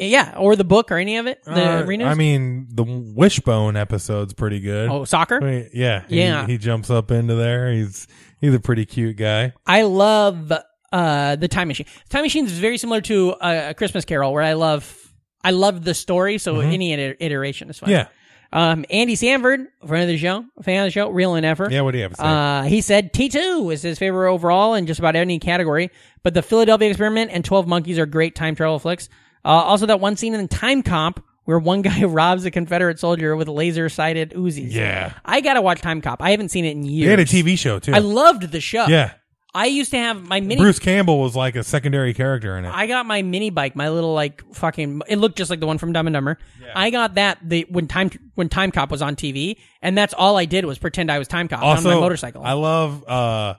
[SPEAKER 4] Yeah, or the book or any of it. The
[SPEAKER 3] Uh,
[SPEAKER 4] arenas?
[SPEAKER 3] I mean, the Wishbone episode's pretty good.
[SPEAKER 4] oh, soccer.
[SPEAKER 3] Wait, yeah, He-
[SPEAKER 4] Yeah.
[SPEAKER 3] He, jumps up into there. He's he's a pretty cute guy.
[SPEAKER 4] I love uh the Time Machine. Time Machine is very similar to uh, a Christmas Carol, where I love I love the story. So any iter- iteration is fine.
[SPEAKER 3] Mm-hmm. Yeah,
[SPEAKER 4] Um, Andy Sanford, friend of the show, fan of the show, real and ever.
[SPEAKER 3] yeah. What do you have to say?
[SPEAKER 4] Uh, he said T2 was his favorite overall in just about any category, but the Philadelphia Experiment and 12 Monkeys are great time travel flicks. Uh, also, that one scene in Time Comp where one guy robs a Confederate soldier with laser sighted Uzis.
[SPEAKER 3] Yeah.
[SPEAKER 4] I got to watch Time Cop. I haven't seen it in
[SPEAKER 3] they had a
[SPEAKER 4] years.
[SPEAKER 3] TV show too.
[SPEAKER 4] I loved the show.
[SPEAKER 3] yeah,
[SPEAKER 4] I used to have my mini.
[SPEAKER 3] Bruce Campbell was like a secondary character in it.
[SPEAKER 4] I got my mini bike, my little like fucking. It looked just like the one from Dumb and Dumber. I got that the when time when Time Cop was on TV, and that's all I did was pretend I was Time Cop
[SPEAKER 3] also,
[SPEAKER 4] on my motorcycle.
[SPEAKER 3] I love uh,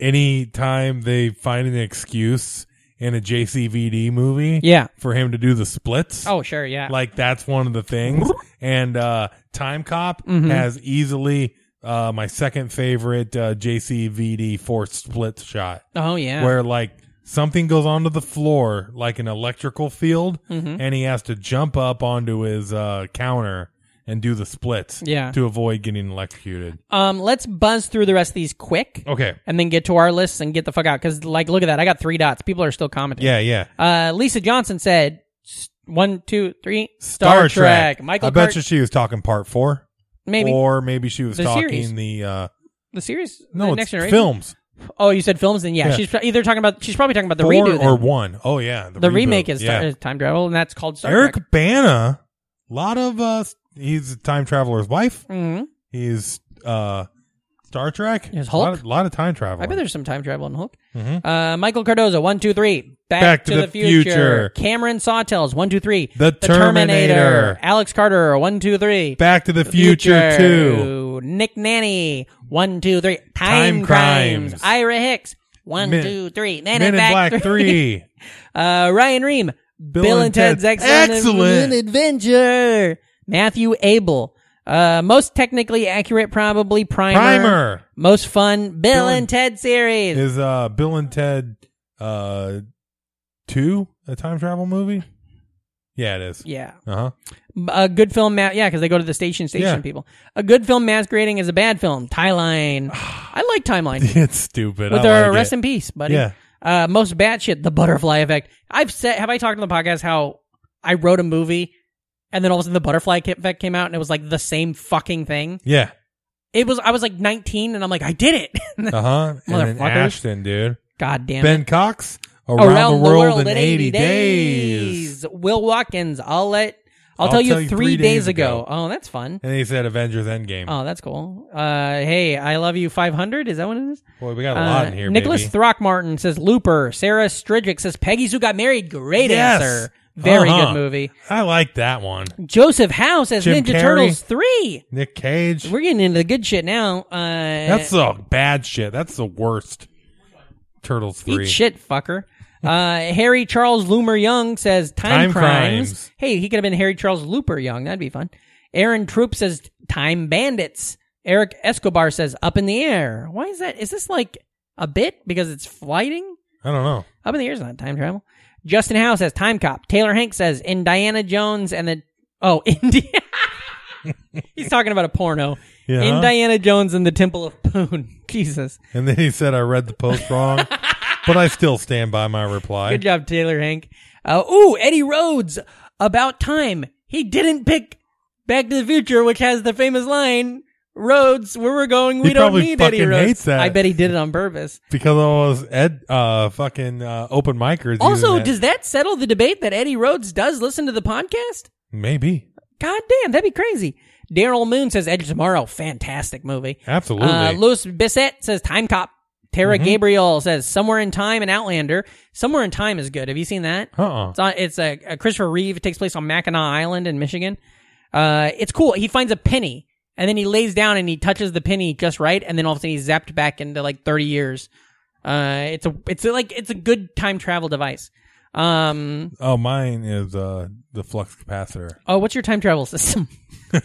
[SPEAKER 3] any time they find an excuse in a JCVD movie.
[SPEAKER 4] Yeah.
[SPEAKER 3] for him to do the splits.
[SPEAKER 4] oh sure, yeah.
[SPEAKER 3] like that's one of the things. And uh, Time Cop
[SPEAKER 4] Mm-hmm.
[SPEAKER 3] has easily. Uh, my second favorite uh, JCVD forced split shot.
[SPEAKER 4] oh yeah.
[SPEAKER 3] where like something goes onto the floor like an electrical field
[SPEAKER 4] Mm-hmm.
[SPEAKER 3] and he has to jump up onto his uh, counter and do the splits
[SPEAKER 4] Yeah.
[SPEAKER 3] to avoid getting electrocuted
[SPEAKER 4] Um, let's buzz through the rest of these quick.
[SPEAKER 3] okay
[SPEAKER 4] And then get to our lists and get the fuck out. Cause like, look at that. I got three dots. People are still commenting.
[SPEAKER 3] yeah yeah
[SPEAKER 4] Uh, Lisa Johnson said, s- one, two, three, Michael
[SPEAKER 3] i bet
[SPEAKER 4] Cart-
[SPEAKER 3] you she was talking part four
[SPEAKER 4] maybe
[SPEAKER 3] or maybe she was
[SPEAKER 4] The
[SPEAKER 3] talking
[SPEAKER 4] series.
[SPEAKER 3] the uh
[SPEAKER 4] the series.
[SPEAKER 3] no
[SPEAKER 4] the
[SPEAKER 3] it's
[SPEAKER 4] next generation.
[SPEAKER 3] films
[SPEAKER 4] Oh, you said films. Then yeah,
[SPEAKER 3] Yeah.
[SPEAKER 4] she's pro- either talking about she's probably talking about the
[SPEAKER 3] four
[SPEAKER 4] redo
[SPEAKER 3] or
[SPEAKER 4] then.
[SPEAKER 3] one. Oh yeah
[SPEAKER 4] The
[SPEAKER 3] reboot.
[SPEAKER 4] remake is,
[SPEAKER 3] yeah.
[SPEAKER 4] is time travel, and that's called Star
[SPEAKER 3] eric
[SPEAKER 4] Trek.
[SPEAKER 3] bana a lot of uh he's a time traveler's wife
[SPEAKER 4] Mhm.
[SPEAKER 3] he's uh star trek
[SPEAKER 4] He's
[SPEAKER 3] a lot
[SPEAKER 4] Hulk.
[SPEAKER 3] of, lot of time travel
[SPEAKER 4] I bet there's some time travel in Hulk.
[SPEAKER 3] Mm-hmm.
[SPEAKER 4] Uh, Michael Cardozo, one, two, three. Back, to, the, future.
[SPEAKER 3] Future.
[SPEAKER 4] Cameron Sawtells, one, two, three.
[SPEAKER 3] The Terminator.
[SPEAKER 4] Alex Carter, one, two, three.
[SPEAKER 3] Back to the Future, too.
[SPEAKER 4] Two. Nick Nanny, one, two, three. Time,
[SPEAKER 3] Time
[SPEAKER 4] crimes.
[SPEAKER 3] Crimes.
[SPEAKER 4] Ira Hicks, one,
[SPEAKER 3] Men-
[SPEAKER 4] two, three. Men,
[SPEAKER 3] Men in Black 3.
[SPEAKER 4] Uh, Ryan Ream, Bill, and Ted's Excellent,
[SPEAKER 3] Excellent.
[SPEAKER 4] Adventure. Matthew Abel, uh, most technically accurate, probably Primer.
[SPEAKER 3] Primer
[SPEAKER 4] Most fun Bill,
[SPEAKER 3] Bill
[SPEAKER 4] and,
[SPEAKER 3] and-
[SPEAKER 4] Ted series.
[SPEAKER 3] is uh, Bill and Ted uh, 2, a time travel movie? Yeah, it is.
[SPEAKER 4] yeah.
[SPEAKER 3] Uh-huh.
[SPEAKER 4] A good film, ma- yeah, because they go to the station, station
[SPEAKER 3] Yeah.
[SPEAKER 4] people. A good film masquerading as a bad film. Timeline. I like Timeline.
[SPEAKER 3] It's stupid.
[SPEAKER 4] With
[SPEAKER 3] I
[SPEAKER 4] our
[SPEAKER 3] like
[SPEAKER 4] rest
[SPEAKER 3] it.
[SPEAKER 4] in peace, buddy.
[SPEAKER 3] Yeah.
[SPEAKER 4] Uh, most batshit, the butterfly effect. I've said, have I talked on the podcast how I wrote a movie and then all of a sudden the butterfly ca- effect came out and it was like the same fucking thing?
[SPEAKER 3] Yeah.
[SPEAKER 4] It was, I was like 19 and I'm like, I did it. And then-
[SPEAKER 3] Uh-huh. and then
[SPEAKER 4] Motherfuckers.
[SPEAKER 3] Ashton, dude.
[SPEAKER 4] God damn it.
[SPEAKER 3] Ben Cox, Around, the World, in 80 days.
[SPEAKER 4] Will Watkins, I'll let, I'll,
[SPEAKER 3] I'll
[SPEAKER 4] tell, you three, days, ago.
[SPEAKER 3] ago.
[SPEAKER 4] Oh, that's fun.
[SPEAKER 3] And he said Avengers Endgame.
[SPEAKER 4] Oh, that's cool. Uh, hey, I love you 500. Is that what it is?
[SPEAKER 3] Boy, we got a lot
[SPEAKER 4] Uh,
[SPEAKER 3] in here,
[SPEAKER 4] Nicholas
[SPEAKER 3] baby.
[SPEAKER 4] Throckmorton says Looper. Sarah Stridgick says Peggy Sue Got Married. Great
[SPEAKER 3] Yes.
[SPEAKER 4] answer. Very
[SPEAKER 3] Uh-huh.
[SPEAKER 4] good movie.
[SPEAKER 3] I like that one.
[SPEAKER 4] Joseph Howe says
[SPEAKER 3] Jim
[SPEAKER 4] Ninja
[SPEAKER 3] Carrey.
[SPEAKER 4] Turtles 3.
[SPEAKER 3] Nick Cage.
[SPEAKER 4] We're getting into the good shit now. Uh,
[SPEAKER 3] That's the bad shit. That's the worst. Turtles three.
[SPEAKER 4] Eat shit, fucker. Uh, Harry Charles Loomer Young says time,
[SPEAKER 3] Time
[SPEAKER 4] crimes.
[SPEAKER 3] crimes.
[SPEAKER 4] Hey, he could have been Harry Charles Looper Young. That'd be fun. Aaron Troop says time bandits. Eric Escobar says up in the air. Why is that? Is this like a bit because it's flighting?
[SPEAKER 3] I don't know.
[SPEAKER 4] Up in the air is not time travel. Justin Howe says time cop. Taylor Hank says in Diana Jones and the oh India. He's talking about a porno
[SPEAKER 3] Yeah.
[SPEAKER 4] in Diana Jones and the Temple of Poon. Jesus.
[SPEAKER 3] And then he said, I read the post wrong, but I still stand by my reply.
[SPEAKER 4] Good job, Taylor Hank. Uh, ooh, Eddie Rhodes. About time. He didn't pick Back to the Future, which has the famous line, Rhodes, where we're going, we
[SPEAKER 3] He
[SPEAKER 4] don't
[SPEAKER 3] probably
[SPEAKER 4] need Eddie
[SPEAKER 3] fucking
[SPEAKER 4] Rhodes.
[SPEAKER 3] hates that.
[SPEAKER 4] I bet he did it on purpose.
[SPEAKER 3] Because all those Ed, uh, fucking uh, open micers.
[SPEAKER 4] Also,
[SPEAKER 3] using that.
[SPEAKER 4] does that settle the debate that Eddie Rhodes does listen to the podcast?
[SPEAKER 3] Maybe.
[SPEAKER 4] God damn, that'd be crazy. Daryl Moon says Edge of Tomorrow, fantastic movie.
[SPEAKER 3] Absolutely.
[SPEAKER 4] Uh, Louis Bissett says Time Cop. Tara Gabriel says Somewhere in Time and Outlander. Somewhere in Time is good. Have you seen that?
[SPEAKER 3] uh-uh.
[SPEAKER 4] It's, on, it's a, a Christopher Reeve. It takes place on Mackinac Island in Michigan. Uh, it's cool. He finds a penny and then he lays down and he touches the penny just right, and then all of a sudden he's zapped back into like thirty years. Uh, it's a it's a, like it's a good time travel device. Um,
[SPEAKER 3] Oh, mine is uh, the flux capacitor.
[SPEAKER 4] Oh, what's your time travel system? uh,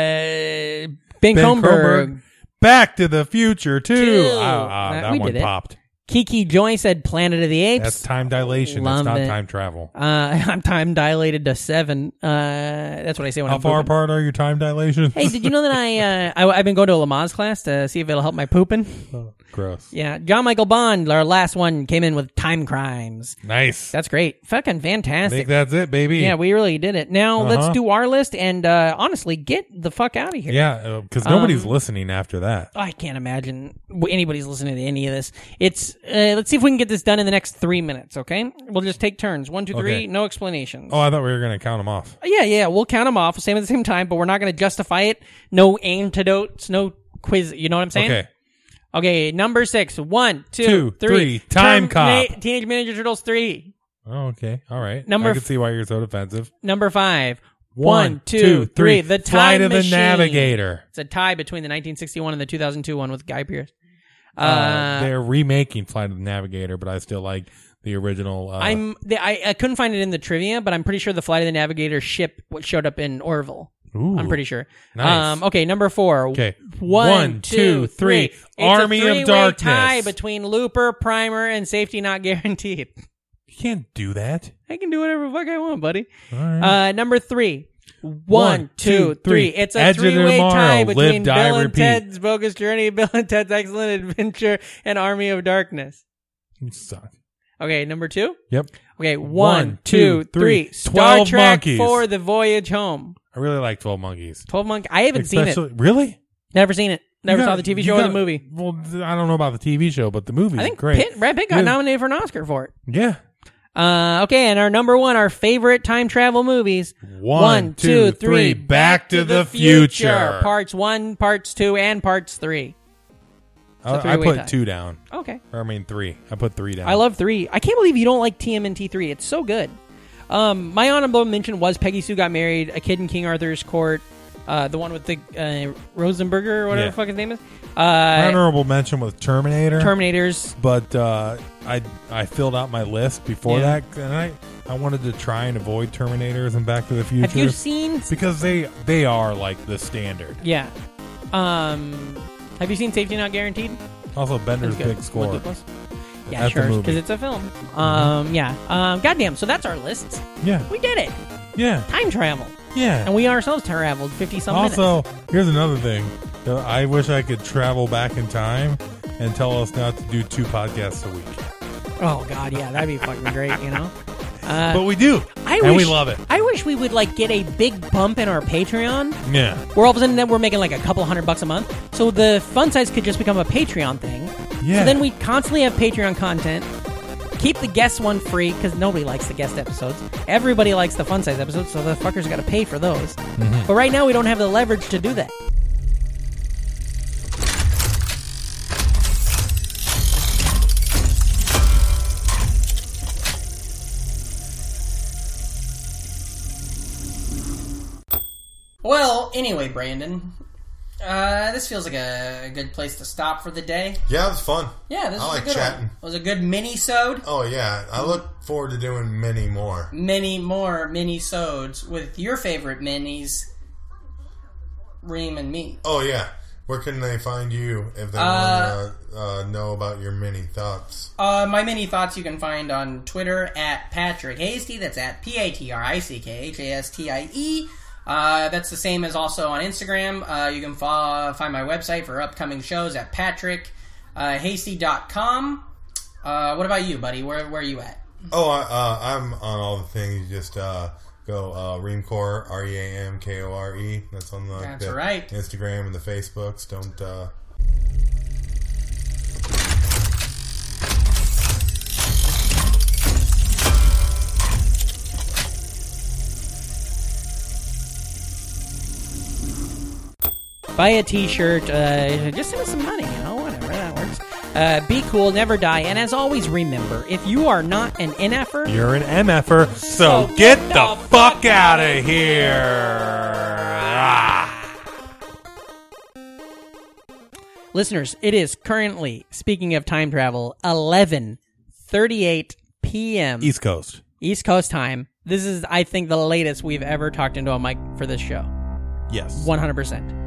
[SPEAKER 4] Ben,
[SPEAKER 3] Ben
[SPEAKER 4] Kronberg.
[SPEAKER 3] Kronberg. Back to the Future too.
[SPEAKER 4] Two.
[SPEAKER 3] Ah, ah,
[SPEAKER 4] Uh,
[SPEAKER 3] that
[SPEAKER 4] we
[SPEAKER 3] one
[SPEAKER 4] did it.
[SPEAKER 3] popped.
[SPEAKER 4] Kiki Joy said Planet of the
[SPEAKER 3] That's
[SPEAKER 4] Apes.
[SPEAKER 3] time dilation.
[SPEAKER 4] Love
[SPEAKER 3] it's not
[SPEAKER 4] it.
[SPEAKER 3] time travel.
[SPEAKER 4] uh, I'm time dilated to seven. Uh, that's what I say when
[SPEAKER 3] How
[SPEAKER 4] I'm
[SPEAKER 3] far
[SPEAKER 4] pooping.
[SPEAKER 3] apart are your time dilations?
[SPEAKER 4] Hey, did you know that I, uh, I I've been going to a Lamaze class to see if it'll help my pooping?
[SPEAKER 3] Gross.
[SPEAKER 4] Yeah, John Michael Bond, our last one, came in with time crimes.
[SPEAKER 3] Nice.
[SPEAKER 4] That's great, fucking
[SPEAKER 3] I
[SPEAKER 4] fantastic.
[SPEAKER 3] think that's it, baby.
[SPEAKER 4] yeah, we really did it. Now let's
[SPEAKER 3] Uh-huh.
[SPEAKER 4] do our list and uh, honestly get the fuck out of here.
[SPEAKER 3] yeah, because nobody's
[SPEAKER 4] Um,
[SPEAKER 3] listening after that.
[SPEAKER 4] I can't imagine w- anybody's listening to any of this. It's uh, let's see if we can get this done in the next three minutes. Okay, we'll just take turns. One, two, three.
[SPEAKER 3] Okay.
[SPEAKER 4] No explanations.
[SPEAKER 3] Oh, I thought we were gonna count them off.
[SPEAKER 4] yeah, yeah. We'll count them off. Same at the same time, but we're not going to justify it. No antidotes. No quiz. You know what I'm saying?
[SPEAKER 3] Okay.
[SPEAKER 4] Okay. Number six. One, two,
[SPEAKER 3] Two,
[SPEAKER 4] three.
[SPEAKER 3] three. Time
[SPEAKER 4] Termina-
[SPEAKER 3] Cop.
[SPEAKER 4] Teenage Mutant Ninja Turtles three.
[SPEAKER 3] Oh, okay. All right.
[SPEAKER 4] Number
[SPEAKER 3] I can
[SPEAKER 4] f-
[SPEAKER 3] see why you're so defensive.
[SPEAKER 4] Number five. One,
[SPEAKER 3] One,
[SPEAKER 4] two,
[SPEAKER 3] two,
[SPEAKER 4] three. The
[SPEAKER 3] flight
[SPEAKER 4] Time
[SPEAKER 3] of the
[SPEAKER 4] Machine.
[SPEAKER 3] Navigator.
[SPEAKER 4] It's a tie between the 1961 and the 2002 one with Guy Pearce.
[SPEAKER 3] Uh, they're remaking Flight of the Navigator, but I still like the original. Uh,
[SPEAKER 4] I'm the, I, I couldn't find it in the trivia, but I'm pretty sure the Flight of the Navigator ship what showed up in Orville.
[SPEAKER 3] Ooh.
[SPEAKER 4] I'm pretty sure.
[SPEAKER 3] Nice.
[SPEAKER 4] Um, okay, number four.
[SPEAKER 3] Okay.
[SPEAKER 4] One,
[SPEAKER 3] One,
[SPEAKER 4] two,
[SPEAKER 3] two,
[SPEAKER 4] three.
[SPEAKER 3] three.
[SPEAKER 4] It's
[SPEAKER 3] Army
[SPEAKER 4] a
[SPEAKER 3] of
[SPEAKER 4] three-way
[SPEAKER 3] Darkness.
[SPEAKER 4] Tie between Looper, Primer, and Safety Not Guaranteed.
[SPEAKER 3] You can't do that.
[SPEAKER 4] I can do whatever the fuck I want, buddy.
[SPEAKER 3] All right.
[SPEAKER 4] Uh, number three. One,
[SPEAKER 3] Hmm. One,
[SPEAKER 4] two,
[SPEAKER 3] two,
[SPEAKER 4] three.
[SPEAKER 3] three.
[SPEAKER 4] It's a
[SPEAKER 3] Edge of
[SPEAKER 4] three-way
[SPEAKER 3] Tomorrow.
[SPEAKER 4] tie
[SPEAKER 3] Live,
[SPEAKER 4] between
[SPEAKER 3] Die,
[SPEAKER 4] Bill and
[SPEAKER 3] Repeat.
[SPEAKER 4] Ted's Bogus Journey, Bill and Ted's Excellent Adventure, and Army of Darkness.
[SPEAKER 3] you suck.
[SPEAKER 4] Okay, number two.
[SPEAKER 3] Yep.
[SPEAKER 4] Okay, one, two, three.
[SPEAKER 3] two, three.
[SPEAKER 4] Star
[SPEAKER 3] 12
[SPEAKER 4] Trek
[SPEAKER 3] Monkeys.
[SPEAKER 4] for the voyage home.
[SPEAKER 3] I really like Twelve Monkeys.
[SPEAKER 4] Twelve Monk. I haven't seen it.
[SPEAKER 3] Especially- Really?
[SPEAKER 4] Never seen it. Never
[SPEAKER 3] You
[SPEAKER 4] saw
[SPEAKER 3] gotta-
[SPEAKER 4] the TV
[SPEAKER 3] you
[SPEAKER 4] show or the
[SPEAKER 3] gotta-
[SPEAKER 4] movie.
[SPEAKER 3] Well, th- I don't know about the TV show, but the movie.
[SPEAKER 4] I think
[SPEAKER 3] great.
[SPEAKER 4] Pitt, Brad Pitt got
[SPEAKER 3] Yeah.
[SPEAKER 4] nominated for an Oscar for it.
[SPEAKER 3] Yeah.
[SPEAKER 4] Uh, okay, and our number one, our favorite time travel movies.
[SPEAKER 3] One, two, three. Back to the future.
[SPEAKER 4] Parts one, parts two, and parts three.
[SPEAKER 3] I,
[SPEAKER 4] a
[SPEAKER 3] I
[SPEAKER 4] three-way
[SPEAKER 3] put
[SPEAKER 4] tie.
[SPEAKER 3] two down.
[SPEAKER 4] Okay.
[SPEAKER 3] Or I mean three. I put three down.
[SPEAKER 4] I love three. I can't believe you don't like TMNT three. It's so good. Um, my honorable mention was Peggy Sue Got Married, A Kid in King Arthur's Court, uh, the one with the uh, Rosenberger or whatever
[SPEAKER 3] Yeah.
[SPEAKER 4] the fuck his name is. Uh,
[SPEAKER 3] My honorable mention with Terminator.
[SPEAKER 4] Terminators.
[SPEAKER 3] but uh, I I filled out my list before
[SPEAKER 4] Yeah.
[SPEAKER 3] that, and I I wanted to try and avoid Terminators and Back to the Future.
[SPEAKER 4] Have you seen?
[SPEAKER 3] because they they are like the standard.
[SPEAKER 4] Yeah. Um. Have you seen Safety Not Guaranteed?
[SPEAKER 3] Also, Bender's
[SPEAKER 4] That's good.
[SPEAKER 3] big score.
[SPEAKER 4] Would Douglas? Yeah,
[SPEAKER 3] That's the
[SPEAKER 4] sure.
[SPEAKER 3] movie. Mm-hmm.
[SPEAKER 4] Because it's a film. Um. Yeah. Um. Goddamn. So that's our list.
[SPEAKER 3] Yeah,
[SPEAKER 4] We did it.
[SPEAKER 3] yeah,
[SPEAKER 4] Time travel.
[SPEAKER 3] yeah.
[SPEAKER 4] And we ourselves traveled fifty some minutes.
[SPEAKER 3] also, here's another thing. Uh, I wish I could travel back in time and tell us not to do two podcasts a week,
[SPEAKER 4] Oh God. Yeah. That'd be fucking great. You know. Uh,
[SPEAKER 3] but we do,
[SPEAKER 4] I
[SPEAKER 3] and
[SPEAKER 4] wish,
[SPEAKER 3] we love it.
[SPEAKER 4] I wish we would like get a big bump in our Patreon.
[SPEAKER 3] Yeah,
[SPEAKER 4] Where all of a sudden then we're making like a couple hundred bucks a month. So the fun size could just become a Patreon thing.
[SPEAKER 3] yeah.
[SPEAKER 4] So then we constantly have Patreon content. Keep the guest one free because nobody likes the guest episodes. Everybody likes the fun size episodes, so the fuckers got to pay for those.
[SPEAKER 3] Mm-hmm.
[SPEAKER 4] But right now we don't have the leverage to do that. Well, anyway, Brandon, uh, this feels like a good place to stop for the day.
[SPEAKER 8] Yeah, it was fun.
[SPEAKER 4] Yeah, this
[SPEAKER 8] I
[SPEAKER 4] was a
[SPEAKER 8] like
[SPEAKER 4] good
[SPEAKER 8] chatting.
[SPEAKER 4] One. It was a good mini-sode.
[SPEAKER 8] Oh yeah, I look forward to doing many more.
[SPEAKER 4] Many more mini-sodes with your favorite minis, Reem and me.
[SPEAKER 8] Oh yeah, where can they find you if they
[SPEAKER 4] Uh,
[SPEAKER 8] want to uh, know about your many thoughts?
[SPEAKER 4] Uh, my mini thoughts you can find on Twitter at Patrick Hasty. That's at P A T R I C K H A S T I E. Uh,
[SPEAKER 9] Uh, that's the same as also on Instagram. Uh, you can follow, find my website for upcoming shows at uh, patrickhasty.com. Uh, what about you, buddy? Where, where are you at?
[SPEAKER 8] Oh, I, uh, I'm on all the things. Just uh, go uh, Reamcore, R E A M K O R E. That's on the,
[SPEAKER 9] That's
[SPEAKER 8] the
[SPEAKER 9] right.
[SPEAKER 8] Instagram and the Facebooks. Don't. Uh,
[SPEAKER 4] buy a t-shirt uh, just send us some money you know whatever that works uh, be cool never die and as always remember if you are not an nf'er
[SPEAKER 3] You're an MFer, so, get, the, fuck out of here. Ah.
[SPEAKER 4] listeners it is currently speaking of time travel 11.38 p.m
[SPEAKER 3] East Coast.
[SPEAKER 4] East coast time this is i think the latest we've ever talked into a mic for this show
[SPEAKER 3] Yes.
[SPEAKER 4] 100%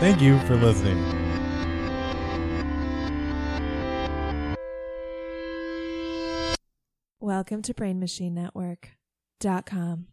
[SPEAKER 3] Thank you for listening.
[SPEAKER 10] Welcome to BrainMachineNetwork.com.